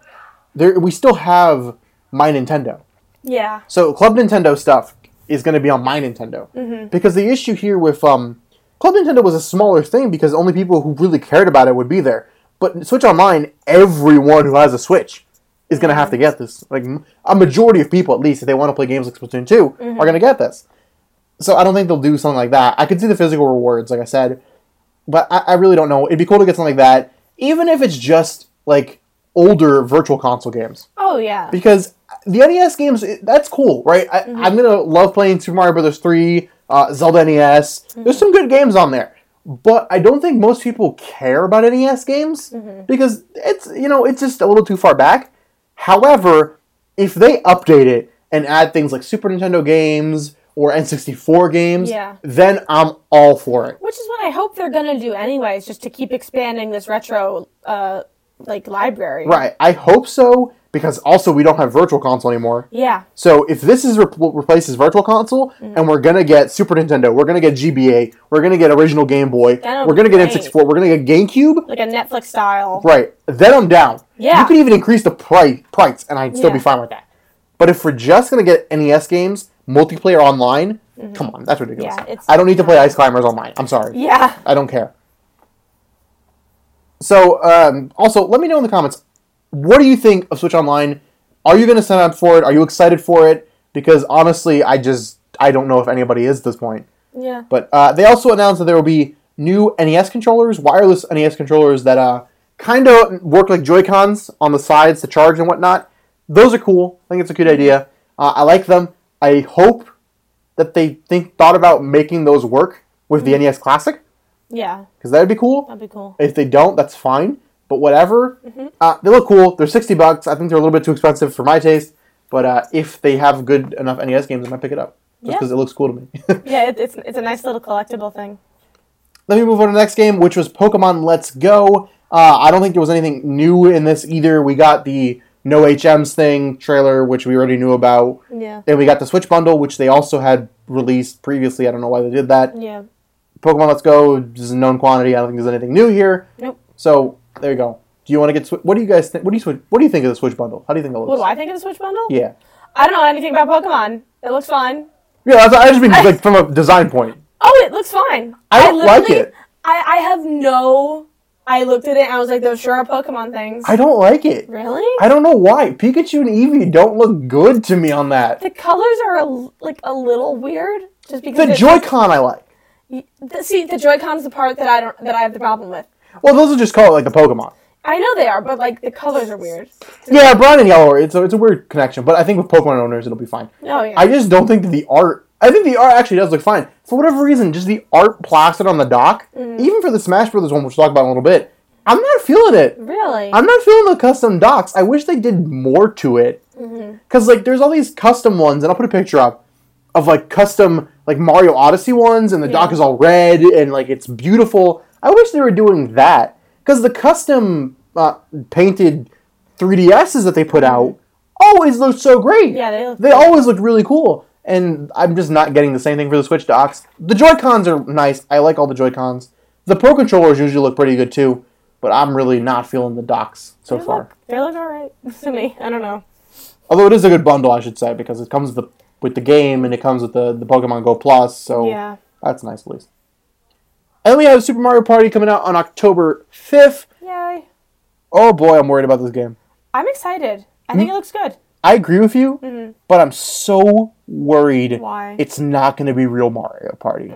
S1: there. We still have my Nintendo.
S2: yeah,
S1: So Club Nintendo stuff is going to be on my Nintendo because the issue here with um, Club Nintendo was a smaller thing because only people who really cared about it would be there. But Switch Online, everyone who has a Switch is going to have to get this. Like m- a majority of people, at least, if they want to play games like Splatoon 2 are going to get this. So I don't think they'll do something like that. I could see the physical rewards, like I said, but I, I really don't know. It'd be cool to get something like that, even if it's just like older virtual console games
S2: oh yeah,
S1: because the NES games it- that's cool, right? I, I'm gonna love playing Super Mario Brothers three, uh, Zelda NES. There's some good games on there, but I don't think most people care about NES games because it's you know it's just a little too far back. However, if they update it and add things like Super Nintendo games or N64 games,
S2: Yeah.
S1: then I'm all for it.
S2: which is what I hope they're gonna do anyways, just to keep expanding this retro uh, like library.
S1: Right? I hope so because also we don't have Virtual Console anymore.
S2: Yeah.
S1: So if this is rep- replaces Virtual Console,
S2: Mm.
S1: and we're gonna get Super Nintendo, we're gonna get GBA, we're gonna get original Game Boy,
S2: That'll
S1: we're
S2: be
S1: gonna get
S2: great.
S1: N64, we're gonna get GameCube.
S2: Like a Netflix style.
S1: Right. Then I'm down.
S2: Yeah.
S1: You could even increase the price, price, and I'd still be
S2: Yeah.
S1: fine with that. But if we're just gonna get NES games, multiplayer online, come on, that's ridiculous.
S2: Mm-hmm. Yeah, it's-
S1: I don't need to play Ice Climbers online. I'm sorry.
S2: Yeah.
S1: I don't care. So, um, also, let me know in the comments what do you think of Switch Online? Are you going to sign up for it? Are you excited for it? Because honestly, I just I don't know if anybody is at this point.
S2: Yeah.
S1: But uh, they also announced that there will be new NES controllers, wireless NES controllers that uh, kind of work like Joy Cons on the sides to charge and whatnot. Those are cool. I think it's a good idea. Uh, I like them. I hope that they think thought about making those work with the NES Classic
S2: Yeah.
S1: because that'd be cool.
S2: That'd be cool.
S1: If they don't, that's fine. But whatever. Uh, they look cool. They're sixty bucks. I think they're a little bit too expensive for my taste. But uh, if they have good enough NES games, I might pick it up just
S2: Yeah.
S1: because it looks cool to me.
S2: Yeah, it, it's it's a nice little collectible thing.
S1: Let me move on to the next game, which was Pokemon Let's Go. Uh, I don't think there was anything new in this either. We got the no HMs thing trailer, which we already knew about.
S2: Yeah.
S1: Then we got the Switch bundle, which they also had released previously. I don't know why they did that.
S2: Yeah.
S1: Pokemon Let's Go is a known quantity. I don't think there's anything new here.
S2: Nope.
S1: So there you go. Do you want to get? Swi- What do you guys think? What do you Swi- What do you think of the Switch bundle? How do you think it looks?
S2: What do I think of the Switch bundle?
S1: yeah,
S2: I don't know anything about Pokemon. It looks fine.
S1: yeah. That's, I just mean like from a design point.
S2: Oh, it looks fine.
S1: I don't like
S2: literally-
S1: it.
S2: I, I have no. I looked at it and I was like, those sure are Pokemon things.
S1: I don't like it.
S2: really?
S1: I don't know why Pikachu and Eevee don't look good to me on that.
S2: the colors are a, l- like a little weird, just because.
S1: The
S2: it's-
S1: Joy-Con I like.
S2: the- see, the Joy-Con's the part that I don't that I have the problem with.
S1: Well, those are just called like the Pokemon.
S2: I know they are, but like the colors are weird.
S1: Yeah, brown and yellow. are- It's a, it's a weird connection, but I think with Pokemon owners, it'll be fine.
S2: Oh yeah.
S1: I just don't think that the art. I think the art actually does look fine. For whatever reason, just the art plastered on the dock,
S2: Mm.
S1: even for the Smash Brothers one, which we'll talk about in a little bit, I'm not feeling it.
S2: really?
S1: I'm not feeling the custom docs. I wish they did more to it.
S2: Mm-hmm.
S1: Because, like, there's all these custom ones, and I'll put a picture up of, like, custom, like, Mario Odyssey ones, and the dock
S2: Yeah.
S1: is all red, and, like, it's beautiful. I wish they were doing that. Because the custom uh, painted 3DSs that they put out always look so great.
S2: Mm-hmm. Yeah, they look
S1: They
S2: great.
S1: always look really cool. And I'm just not getting the same thing for the Switch docs. The Joy-Cons are nice. I like all the Joy-Cons. The Pro controllers usually look pretty good too, but I'm really not feeling the docs so
S2: they
S1: far.
S2: look, they look all right to me. I don't know.
S1: Although it is a good bundle, I should say, because it comes with the, with the game and it comes with the, the Pokemon Go Plus, so
S2: Yeah.
S1: that's nice at least. And then we have Super Mario Party coming out on October 5th.
S2: Yay.
S1: Oh boy, I'm worried about this game.
S2: I'm excited. I think it looks good.
S1: I agree with you, but I'm so worried
S2: Why?
S1: it's not going to be real Mario Party.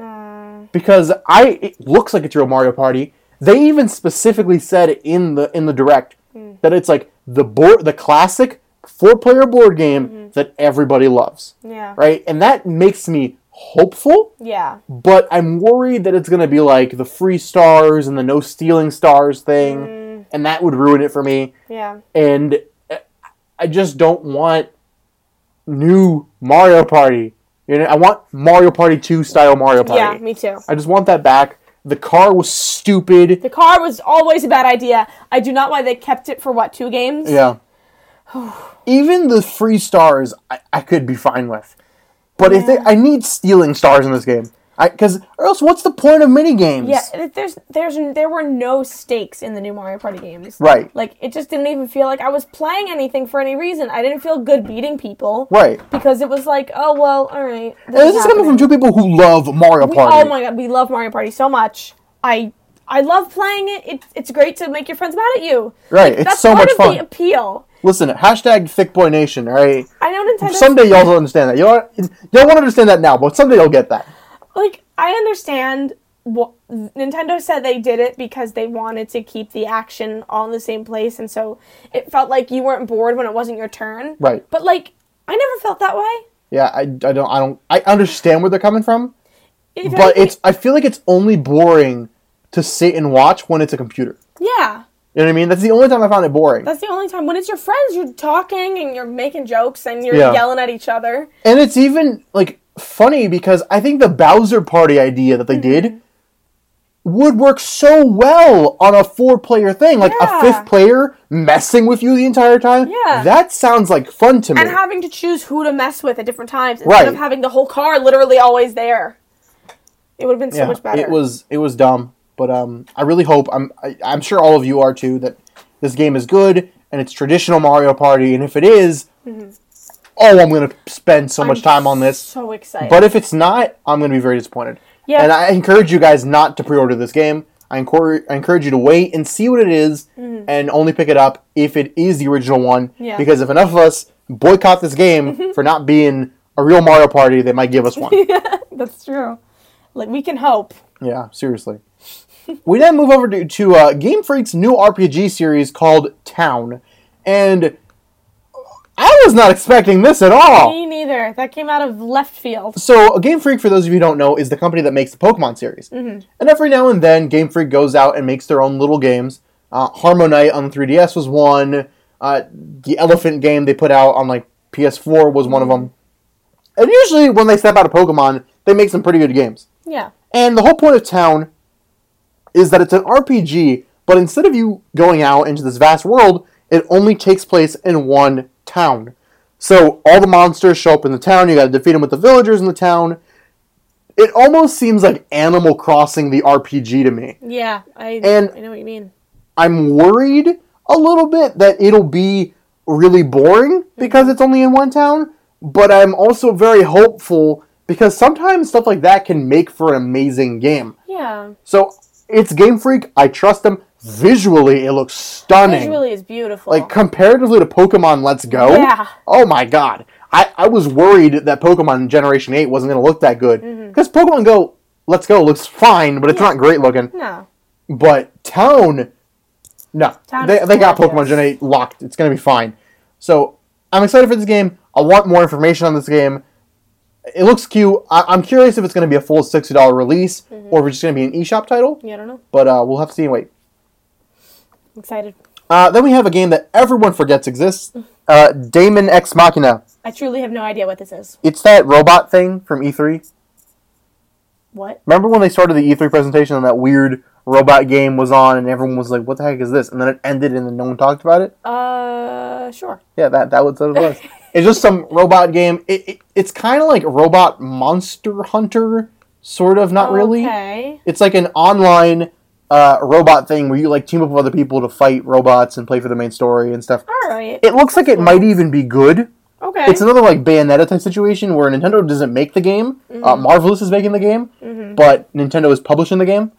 S1: Because I it looks like it's real Mario Party. They even specifically said in the in the direct that it's like the board the classic four-player board game that everybody loves.
S2: Yeah.
S1: Right? And that makes me hopeful,
S2: Yeah.
S1: but I'm worried that it's going to be like the free stars and the no stealing stars thing, and that would ruin it for me
S2: Yeah.
S1: and I- I just don't want new Mario Party. You know, I want Mario Party 2 style Mario Party.
S2: Yeah, me too.
S1: I just want that back. The car was stupid.
S2: The car was always a bad idea. I do not why they kept it for what two games.
S1: Yeah. Even the free stars, I, I could be fine with. But if they, I need stealing stars in this game, because or else what's the point of mini games?
S2: Yeah, it- there's there's there were no stakes in the new Mario Party games.
S1: Right.
S2: Like it just didn't even feel like I was playing anything for any reason. I didn't feel good beating people.
S1: Right.
S2: Because it was like, oh well, all right.
S1: And
S2: is
S1: this is coming from
S2: happening.
S1: two people who love Mario
S2: We-
S1: Party.
S2: oh my god, we love Mario Party so much. I I love playing it. it it's great to make your friends mad at you.
S1: Right, it's
S2: That's
S1: so
S2: part
S1: much
S2: of
S1: fun.
S2: the appeal.
S1: Listen, hashtag Thick Boy Nation. All right.
S2: I know Nintendo.
S1: Someday y'all will understand that. Y'all y'all won't understand that now, but someday you'll get that.
S2: like I understand what Nintendo said they did it because they wanted to keep the action all in the same place, and so it felt like you weren't bored when it wasn't your turn.
S1: Right.
S2: But like, I never felt that way.
S1: Yeah, I, I don't I don't I understand where they're coming from,
S2: If
S1: but
S2: anything-
S1: it's I feel like it's only boring to sit and watch when it's a computer.
S2: yeah.
S1: You know what I mean? That's the only time I found it boring.
S2: That's the only time when it's your friends, you're talking and you're making jokes and you're
S1: Yeah.
S2: yelling at each other.
S1: And it's even like funny because I think the Bowser Party idea that they
S2: Mm-hmm.
S1: did would work so well on a four-player thing, like
S2: Yeah.
S1: a fifth player messing with you the entire time.
S2: Yeah.
S1: that sounds like fun to me.
S2: And having to choose who to mess with at different times instead
S1: Right.
S2: of having the whole car literally always there. It would have been so
S1: Yeah,
S2: much better.
S1: It was it was dumb, but um, I really hope I'm I, I'm sure all of you are too that this game is good and it's traditional Mario Party, and if it is,
S2: Mm-hmm.
S1: oh, I'm gonna spend so much time on this.
S2: So excited.
S1: But if it's not, I'm gonna be very disappointed.
S2: Yeah.
S1: And I encourage you guys not to pre-order this game. I encourage I encourage you to wait and see what it is and only pick it up if it is the original one.
S2: Mm-hmm. Yeah. Mm-hmm.
S1: Because if enough of us boycott this game for not being a real Mario Party, they might give us one.
S2: That's true. Like we can hope.
S1: Yeah, seriously. we then move over to, to uh, Game Freak's new RPG series called Town, and I was not expecting this at all.
S2: Me neither. That came out of left field.
S1: So, Game Freak, for those of you who don't know, is the company that makes the Pokemon series. And every now and then, Game Freak goes out and makes their own little games. Uh, Harmonite on 3DS was one. Uh, the Elephant game they put out on like PS4 was one of them. And usually, when they step out of Pokemon, they make some pretty good games.
S2: Yeah.
S1: And the whole point of Town is that it's an RPG, but instead of you going out into this vast world, it only takes place in one town. So all the monsters show up in the town, you gotta defeat them with the villagers in the town. It almost seems like Animal Crossing the RPG to me.
S2: Yeah. I
S1: And-
S2: I know what you mean.
S1: I'm worried a little bit that it'll be really boring because it's only in one town, but I'm also very hopeful because sometimes stuff like that can make for an amazing game.
S2: Yeah.
S1: So it's Game Freak. I trust them. Visually, it looks stunning.
S2: Visually is beautiful.
S1: like comparatively to Pokemon Let's Go.
S2: Yeah.
S1: Oh my god. I, I was worried that Pokemon Generation 8 wasn't going to look that good.
S2: Mm-hmm.
S1: Because Pokemon Go, Let's Go looks fine, but it's not great looking.
S2: no.
S1: But Town, no.
S2: Town
S1: they
S2: is
S1: they got Pokemon
S2: gorgeous.
S1: Gen 8 locked. It's going to be fine. So I'm excited for this game. I want more information on this game. It looks cute. I, I'm curious if it's going to be a full $60 release
S2: Mm-hmm.
S1: or if it's just going to be an eShop title
S2: Yeah, I don't know.
S1: but uh, we'll have to see and wait.
S2: I'm excited.
S1: Uh, then we have a game that everyone forgets exists uh, Daemon Ex Machina.
S2: I truly have no idea what this is.
S1: It's that robot thing from E3.
S2: What?
S1: Remember when they started the E3 presentation and that weird robot game was on and everyone was like, what the heck is this? And then it ended and then no one talked about it?
S2: Uh sure.
S1: Yeah, that, that was what it was. it's just some robot game. It, it, it's kind of like Robot Monster Hunter, sort of, not really.
S2: Okay.
S1: It's like an online uh, robot thing where you like team up with other people to fight robots and play for the main story and stuff.
S2: Alright.
S1: It looks like it might even be good.
S2: Okay.
S1: It's another like Bayonetta type situation where Nintendo doesn't make the game. Uh,
S2: Mm-hmm.
S1: Marvelous is making the game, but Nintendo is publishing the game.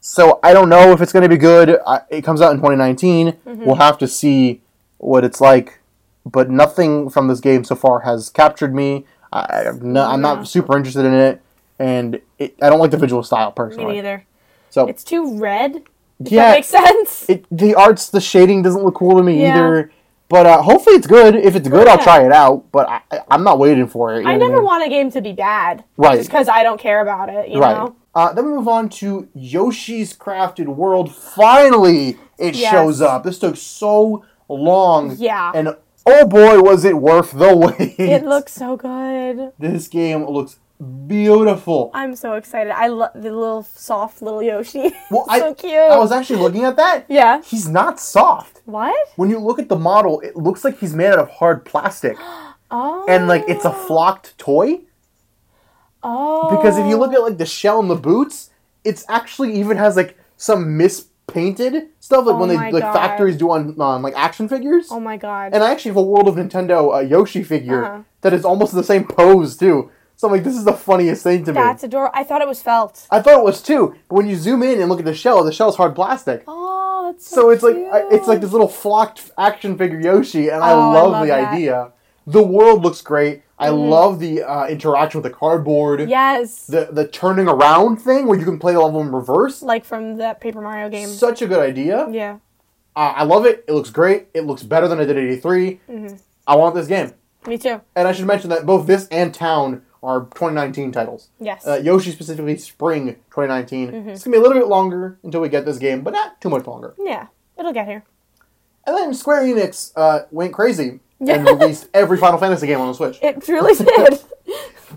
S1: So I don't know if it's going to be good. I, it comes out in 2019.
S2: Mm-hmm.
S1: We'll have to see what it's like. But nothing from this game so far has captured me. I, I'm, not, I'm
S2: Yeah.
S1: not super interested in it, and it, I don't like the visual style
S2: me
S1: personally.
S2: neither.
S1: So
S2: It's too red. If
S1: Yeah.
S2: That makes sense.
S1: it, the arts, the shading doesn't look cool to me
S2: Yeah.
S1: either. But uh, hopefully it's good. If it's good, I'll
S2: yeah.
S1: try it out. But I, I, I'm not waiting for it. you
S2: I
S1: know what
S2: never
S1: mean?
S2: want a game to be bad.
S1: Right.
S2: Just because I don't care about it, you
S1: Right.
S2: know?
S1: Uh, then we move on to Yoshi's Crafted World. Finally, it
S2: Yes.
S1: shows up. This took so long.
S2: Yeah.
S1: And oh boy, was it worth the wait!
S2: It looks so good.
S1: This game looks beautiful.
S2: I'm so excited. I love the little soft little Yoshi.
S1: Well, I,
S2: so cute.
S1: I was actually looking at that.
S2: Yeah.
S1: He's not soft.
S2: what?
S1: When you look at the model, it looks like he's made out of hard plastic,
S2: Oh.
S1: and like it's a flocked toy.
S2: Oh.
S1: Because if you look at like the shell and the boots, it's actually even has like some mispainted stuff, like
S2: Oh
S1: when they
S2: my
S1: like
S2: God.
S1: factories do on, on like action figures.
S2: Oh my god.
S1: And I actually have a World of Nintendo uh, Yoshi figure
S2: Uh-huh.
S1: that is almost the same pose too. So I'm like, this is the funniest thing to me.
S2: That's adorable. I thought it was felt.
S1: I thought it was too, but when you zoom in and look at the shell, the shell's hard plastic.
S2: Oh, that's so
S1: So it's like I-
S2: cute.
S1: it's like this little flocked action figure Yoshi, and I
S2: Oh, I
S1: love,
S2: love
S1: the
S2: that. Mm-hmm.
S1: idea. The world looks great. I love the uh, interaction with the cardboard.
S2: Yes.
S1: The the turning around thing where you can play the level in reverse.
S2: like from that Paper Mario game.
S1: Such a good idea.
S2: yeah.
S1: Uh, I love it. It looks great. It looks better than I did at 83.
S2: Mm-hmm.
S1: I want this game.
S2: Me too.
S1: And I should mention that both this and Town are 2019 titles.
S2: Yes.
S1: Uh, Yoshi specifically, Spring 2019.
S2: Mm-hmm.
S1: It's going to be a little bit longer until we get this game, but not too much longer.
S2: yeah. It'll get here.
S1: And then Square Enix uh, went crazy and
S2: Yeah.
S1: released every Final Fantasy game on the Switch.
S2: It truly did.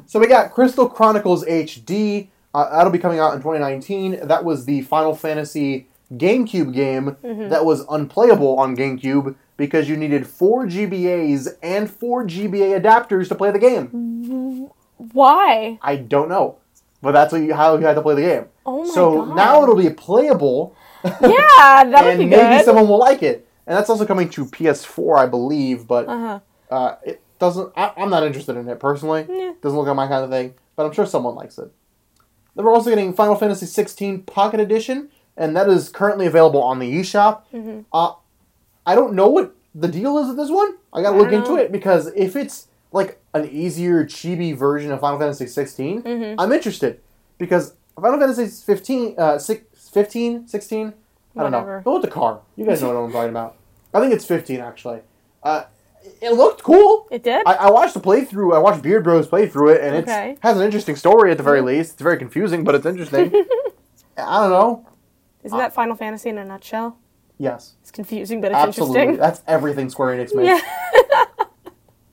S1: So we got Crystal Chronicles HD. Uh, that'll be coming out in 2019. That was the Final Fantasy GameCube game
S2: Mm-hmm.
S1: that was unplayable on GameCube because you needed four GBAs and four GBA adapters to play the game.
S2: Why?
S1: I don't know, but that's what you, how you had to play the game.
S2: Oh my
S1: so
S2: God.
S1: now it'll be playable,
S2: Yeah, that would
S1: and
S2: be
S1: maybe
S2: good.
S1: someone will like it. And that's also coming to PS4, I believe. But
S2: uh-huh.
S1: uh, it doesn't. I, I'm not interested in it personally.
S2: Yeah.
S1: Doesn't look like my kind of thing. But I'm sure someone likes it. Then we're also getting Final Fantasy 16 Pocket Edition, and that is currently available on the eShop.
S2: Mm-hmm.
S1: Uh, I don't know what the deal is with this one. I gotta
S2: I
S1: look
S2: don't
S1: into
S2: know.
S1: it because if it's like an easier chibi version of Final Fantasy 16,
S2: Mm-hmm.
S1: I'm interested because Final Fantasy 15, uh, six, 15, 16. I don't know.
S2: Whatever.
S1: Go with the car. You guys know what I'm talking about. I think it's 15 actually. Uh, it looked cool.
S2: It did?
S1: I, I watched the playthrough. I watched Beard Bros play through it, and it
S2: Okay.
S1: has an interesting story at the very least. It's very confusing, but it's interesting. I don't know.
S2: Isn't that Final Fantasy in a nutshell?
S1: Yes,
S2: It's confusing, but it's
S1: absolutely.
S2: interesting.
S1: That's everything Square Enix makes.
S2: Yeah.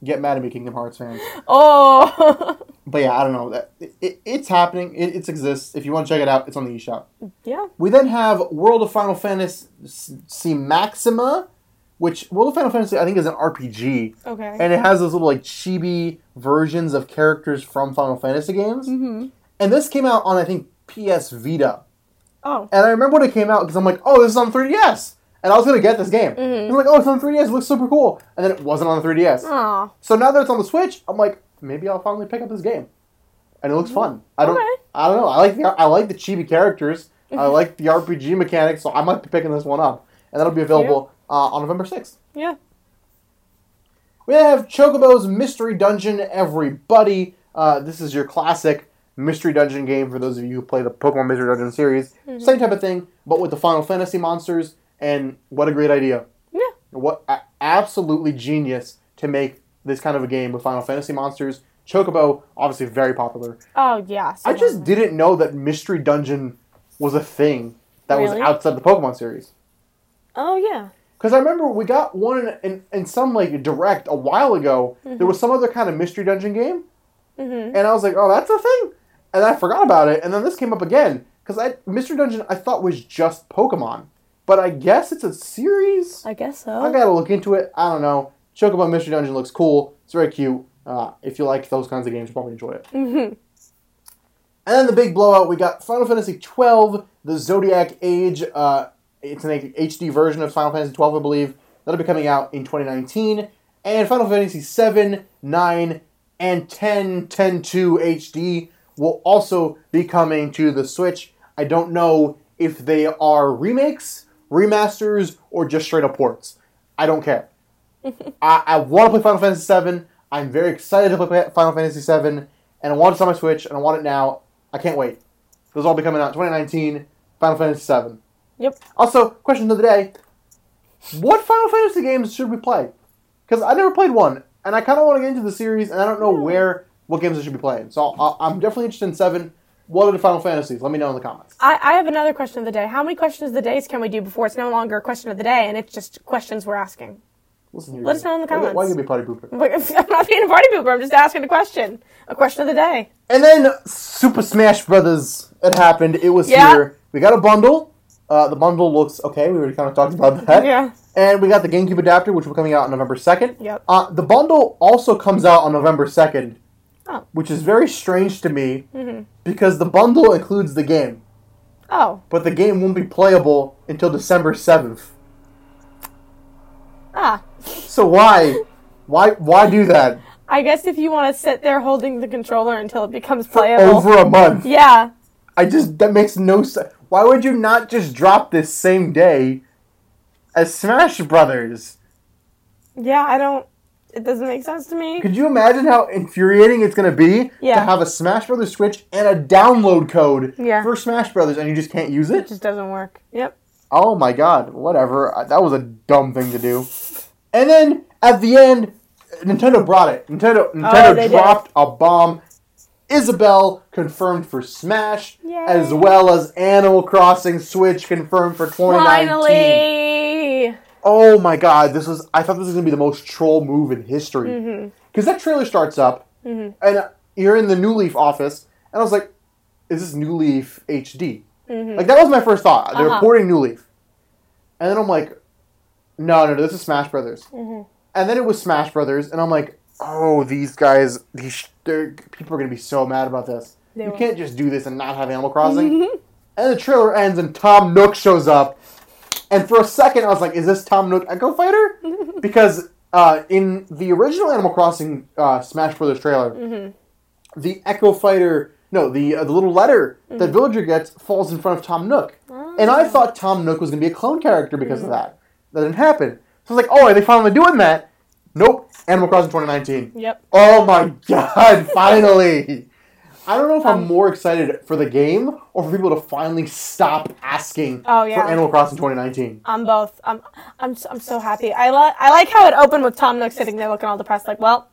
S1: Get mad at me, Kingdom Hearts fans.
S2: Oh.
S1: But yeah, I don't know. That it, it, it's happening. It, it exists. If you want to check it out, it's on the eShop.
S2: yeah.
S1: We then have World of Final Fantasy Maxima, which World of Final Fantasy I think is an RPG.
S2: Okay.
S1: and it has those little like chibi versions of characters from Final Fantasy games. Mm-hmm. And this came out on I think PS Vita,
S2: oh.
S1: and I remember when it came out because I'm like, oh, this is on 3DS, and I was gonna get this game. And I'm like, oh, it's on 3DS, it looks super cool, and then it wasn't on the 3DS.
S2: Aw.
S1: So now that it's on the Switch, I'm like, maybe I'll finally pick up this game, and it looks fun. I don't,
S2: Okay.
S1: I don't know. I like the I like the chibi characters. I like the RPG mechanics, so I might be picking this one up, and that'll be available uh, on November 6th.
S2: Yeah.
S1: We then have Chocobo's Mystery Dungeon, everybody. Uh, this is your classic Mystery Dungeon game for those of you who play the Pokemon Mystery Dungeon series.
S2: Mm-hmm.
S1: Same type of thing, but with the Final Fantasy monsters, and what a great idea.
S2: Yeah.
S1: What a- absolutely genius to make this kind of a game with Final Fantasy monsters. Chocobo, obviously very popular.
S2: Oh, yeah. so
S1: I just didn't know that Mystery Dungeon was a thing that was
S2: Really?
S1: outside the Pokemon series.
S2: Oh, yeah.
S1: Because I remember we got one in, in, in some like direct a while ago.
S2: Mm-hmm.
S1: There was some other kind of mystery dungeon game,
S2: Mhm.
S1: and I was like, "Oh, that's a thing," and I forgot about it. And then this came up again because I mystery dungeon I thought was just Pokemon, but I guess it's a series. I,
S2: I guess so.
S1: gotta look into it. I don't know. Chocobo Mystery Dungeon looks cool. It's very cute. Uh, if you like those kinds of games, you'll probably enjoy it.
S2: Mhm.
S1: And then the big blowout, we got Final Fantasy twelve, the Zodiac Age. Uh, it's an HD version of Final Fantasy twelve, I believe. That'll be coming out in 2019. And Final Fantasy seven, nine, and 10, 10 2 HD will also be coming to the Switch. I don't know if they are remakes, remasters, or just straight up ports. I don't care. I, I want to play Final Fantasy VII. I'm very excited to play Final Fantasy VII, and I want it on my Switch, and I want it now. I can't wait. Those will all be coming out 2019. Final Fantasy VII.
S2: Yep.
S1: Also, question of the day: What Final Fantasy games should we play? Because I never played one, and I kind of want to get into the series, and I don't know
S2: Hmm.
S1: where what games I should be playing. So I'll, I'm definitely interested in seven. What are the Final Fantasies? Let me know in the comments.
S2: I, I have another question of the day. How many questions of the days can we do before it's no longer a question of the day and it's just questions we're asking?
S1: Listen here.
S2: Let us know in the
S1: Why-
S2: comments.
S1: Why you be potty pooper?
S2: I'm not being a party pooper. I'm just asking a question. A question of the day.
S1: And then Super Smash Brothers. It happened. It was
S2: Yeah.
S1: here. We got a bundle. Uh, the bundle looks okay. We already kind of talked about that.
S2: Yeah.
S1: And we got the GameCube adapter, which will be coming out on November second.
S2: Yep.
S1: Uh, the bundle also comes out on November second,
S2: Oh. Mm-hmm.
S1: which is very strange to me because the bundle includes the game,
S2: Oh.
S1: but the game won't be playable until December seventh.
S2: Ah.
S1: So why, why, why do that
S2: I guess if you want to sit there holding the controller until it becomes playable.
S1: over a month?
S2: yeah.
S1: I just that makes no sense. Why would you not just drop this same day as Smash Brothers?
S2: Yeah, I don't. It doesn't make sense to me.
S1: Could you imagine how infuriating it's gonna be to
S2: Yeah.
S1: have a Smash Brothers Switch and a download code
S2: Yeah.
S1: for Smash Brothers and you just can't use it?
S2: just doesn't work. Yep.
S1: Oh my god, whatever. I- That was a dumb thing to do. And then at the end, Nintendo brought it. Nintendo
S2: Oh,
S1: Nintendo
S2: they did.
S1: dropped a bomb. Isabelle confirmed for Smash,
S2: Yay.
S1: as well as Animal Crossing Switch confirmed for 2019.
S2: Finally.
S1: Oh my god, this was. I thought this was gonna be the most troll move in history.
S2: Mm-hmm.
S1: Because that trailer starts up, and you're in the New Leaf office, and I was like, is this New Leaf HD? Like, that was my first thought. They're
S2: Mm-hmm. Uh-huh.
S1: reporting New Leaf. And then I'm like, no, no, no, this is Smash Brothers.
S2: Mm-hmm.
S1: And then it was Smash Brothers, and I'm like, oh, these guys, these sh- they're- people are gonna be so mad about this.
S2: They
S1: you
S2: will.
S1: can't just do this and not have Animal Crossing. And the trailer ends, and Tom Nook shows up. And for a second, I was like, "Is this Tom Nook Echo Fighter?" because uh, in the original Animal Crossing uh, Smash Brothers trailer, the Echo Fighter, no, the uh, the little letter that Villager gets falls in front of Tom Nook,
S2: Oh.
S1: and I thought Tom Nook was going to be a clone character because of that. That didn't happen. So I was like, "Oh, are they finally doing that?" Nope. Animal Crossing 2019.
S2: Yep.
S1: Oh my god! Finally. I don't know if I'm more excited for the game or for people to finally stop asking
S2: Oh, yeah.
S1: for Animal Crossing 2019.
S2: I'm both. I'm. I'm. s- I'm so happy. I like. I like how it opened with Tom Nook sitting there looking all depressed. Like, well,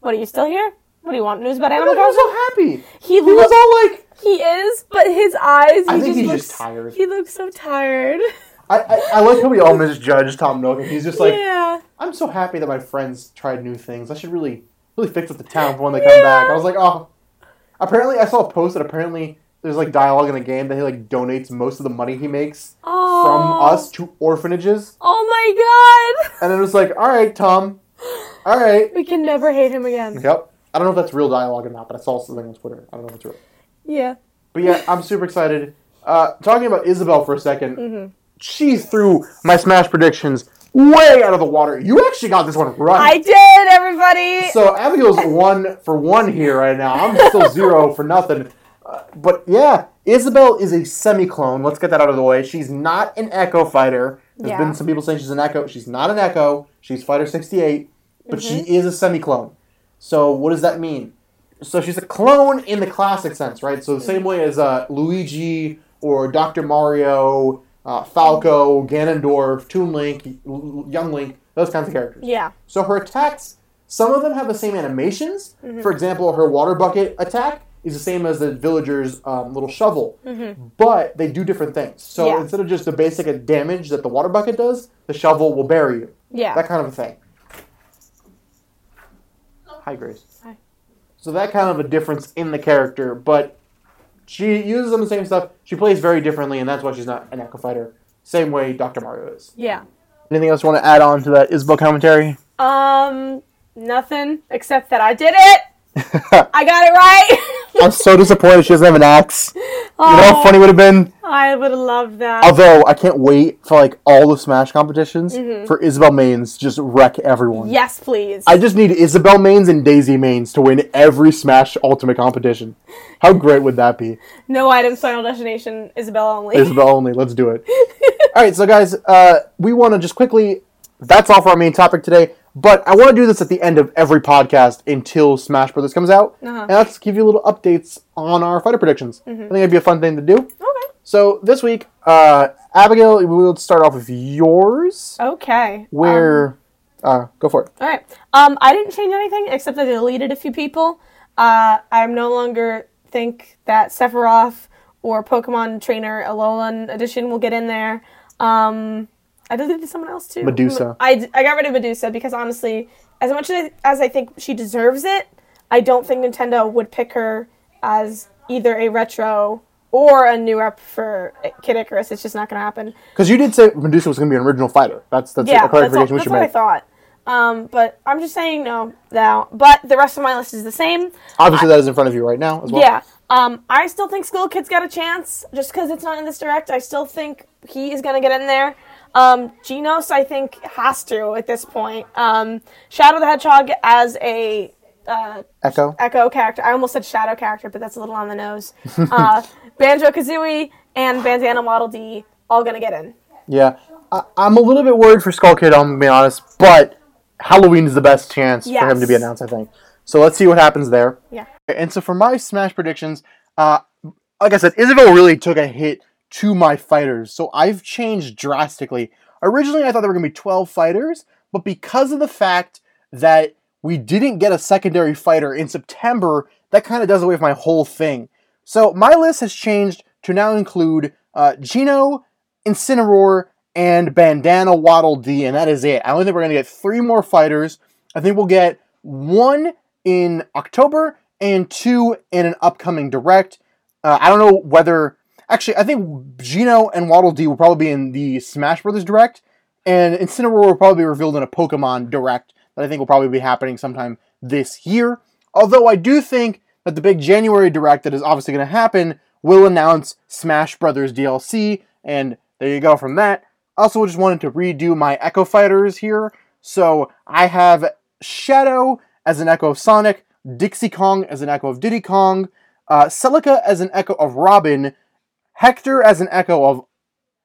S2: what are you still here? What do you want news about
S1: I
S2: Animal
S1: thought he was
S2: Crossing?
S1: so happy.
S2: He
S1: He was
S2: looks.
S1: all like,
S2: He is, but his eyes. He
S1: I think
S2: just
S1: he's
S2: looks,
S1: just tired.
S2: He looks so tired.
S1: I, I, I like how we all misjudge Tom Nook. and He's just like,
S2: yeah.
S1: I'm so happy that my friends tried new things. I should really, really fix up the town for when they come back. I was like, oh. Apparently, I saw a post that apparently there's like dialogue in the game that he like donates most of the money he makes
S2: Oh.
S1: from us to orphanages,
S2: Oh my god.
S1: and it was like, all right, Tom, all right.
S2: We can never hate him again.
S1: Yep. I don't know if that's real dialogue or not, but I saw something on Twitter. I don't know if it's real.
S2: Yeah.
S1: But yeah, I'm super excited. Uh, talking about Isabel for a 2nd she threw my Smash predictions way out of the water. You actually got this one right.
S2: I did, everybody.
S1: Uh, So Abigail's one for one here right now. I'm still zero for nothing. Uh, but yeah, Isabel is a semi clone. Let's get that out of the way. She's not an Echo fighter. There's
S2: Yeah.
S1: been some people saying she's an Echo. She's not an Echo. She's Fighter 68, but she is a semi clone. So what does that mean? So she's a clone in the classic sense, right? So the same way as uh, Luigi or Dr. Mario, uh, Falco, Ganondorf, Toon Link, L- L- Young Link, those kinds of characters.
S2: yeah.
S1: So her attacks, some of them have the same animations.
S2: Mm-hmm.
S1: For example, her water bucket attack is the same as the villager's um, little shovel, but they do different things. So
S2: Mm-hmm. Yeah.
S1: instead of just the basic damage that the water bucket does, the shovel will bury you.
S2: Yeah.
S1: That kind of a thing. Hi, Grace.
S2: Hi.
S1: So that kind of a difference in the character, but she uses some of the same stuff. She plays very differently, and that's why she's not an Echo Fighter. Same way Dr. Mario is.
S2: Yeah.
S1: Anything else you want to add on to that Isabel commentary?
S2: Um, nothing except that I did it. I got it right.
S1: I'm so disappointed she doesn't have an axe. You know
S2: Oh,
S1: how funny it would have been?
S2: I would have loved that.
S1: Although I can't wait for like all the Smash competitions for Isabel Maines to just wreck everyone.
S2: Mm-hmm. yes, please.
S1: I just need Isabel Maines and Daisy Maines to win every Smash Ultimate competition. How great would that be?
S2: no items, final destination, Isabella only.
S1: Isabel only. Let's do it. all right, so guys, uh, we want to just quickly. That's all for our main topic today. But I want to do this at the end of every podcast until Smash Brothers comes out,
S2: Uh-huh. Mm-hmm.
S1: and let's give you little updates on our fighter predictions. I think it'd be a fun thing to do.
S2: okay.
S1: So this week, uh, Abigail, we'll start off with yours.
S2: Okay. Um,
S1: Where, uh, go for it.
S2: all right. Um, I didn't change anything except I deleted a few people. Uh, I no longer think that Sephiroth or Pokemon Trainer Alolan Edition will get in there. Um, I deleted someone else too.
S1: Medusa.
S2: I, I got rid of Medusa because honestly, as much as I, as I think she deserves it, I don't think Nintendo would pick her as either a retro or a new rep for Kid Icarus. It's just not going to happen.
S1: Because you did say Medusa was going to be an original fighter. That's that's
S2: Yeah,
S1: a
S2: that's, all,
S1: clarification we
S2: that's
S1: should
S2: what I
S1: make.
S2: thought. Um, but I'm just saying no now. But the rest of my list is the same.
S1: Obviously, that is in front of you right now as well.
S2: Yeah. Um, I still think Skull Kid's got a chance just because it's not in this direct. I still think he is going to get in there. Um, Genos, I think, has to at this point. Um, Shadow the Hedgehog as a uh,
S1: Echo.
S2: Echo character. I almost said Shadow character, but that's a little on the nose. Uh, Banjo Kazooie and Bandana Model D all going to get in.
S1: Yeah. I, I'm a little bit worried for Skull Kid. I'm gonna be honest, but Halloween is the best chance for him to be
S2: Yes.
S1: announced. I think. So let's see what happens there.
S2: Yeah.
S1: And so for my Smash predictions, uh, like I said, Isabel really took a hit to my fighters. So I've changed drastically. Originally, I thought there were going to be 12 fighters, but because of the fact that we didn't get a secondary fighter in September, that kind of does away with my whole thing. So my list has changed to now include uh, Gino, Incineroar, and Bandana Waddle D, and that is it. I only think we're going to get three more fighters. I think we'll get one in October and two in an upcoming direct. Uh, I don't know whether. Actually, I think Gino and Waddle Dee will probably be in the Smash Brothers Direct, and Incineroar will probably be revealed in a Pokemon Direct that I think will probably be happening sometime this year. Although I do think that the big January Direct that is obviously going to happen will announce Smash Brothers DLC, and there you go from that. Also, just wanted to redo my Echo Fighters here. So I have Shadow as an Echo of Sonic, Dixie Kong as an Echo of Diddy Kong, uh, Celica as an Echo of Robin, Hector as an Echo of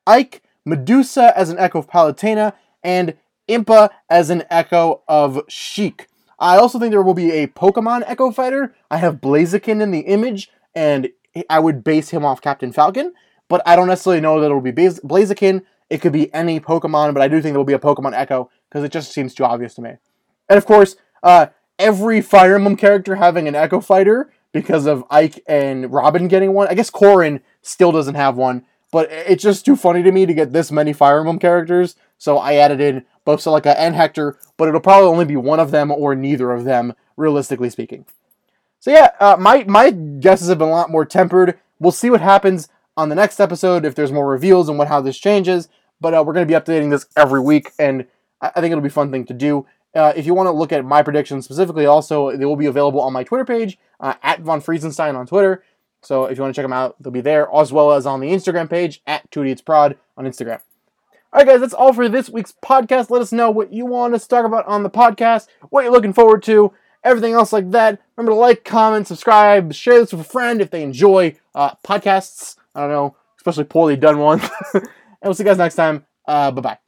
S1: Ike, Medusa as an Echo of Palutena, and Impa as an Echo of Sheik. I also think there will be a Pokemon Echo Fighter. I have Blaziken in the image, and I would base him off Captain Falcon, but I don't necessarily know that it will be Baz- Blaziken. It could be any Pokemon, but I do think there will be a Pokemon Echo because it just seems too obvious to me. And of course, uh, every Fire Emblem character having an Echo Fighter because of Ike and Robin getting one. I guess Corin still doesn't have one, but i- it's just too funny to me to get this many Fire Emblem characters, so I added in both Celica and Hector, but it'll probably only be one of them or neither of them, realistically speaking. So yeah, uh, my my guesses have been a lot more tempered. We'll see what happens on the next episode if there's more reveals and what how this changes. But uh, we're going to be updating this every week, and I, I think it'll be a fun thing to do. Uh, if you want to look at my predictions specifically, also they will be available on my Twitter page uh, at von Friesenstein on Twitter. So if you want to check them out, they'll be there, as well as on the Instagram page at Two Idiots Prod on Instagram. All right, guys, that's all for this week's podcast. Let us know what you want us to talk about on the podcast, what you're looking forward to, everything else like that. Remember to like, comment, subscribe, share this with a friend if they enjoy uh, podcasts. I don't know, especially poorly done ones. and we'll see you guys next time. Uh, bye bye.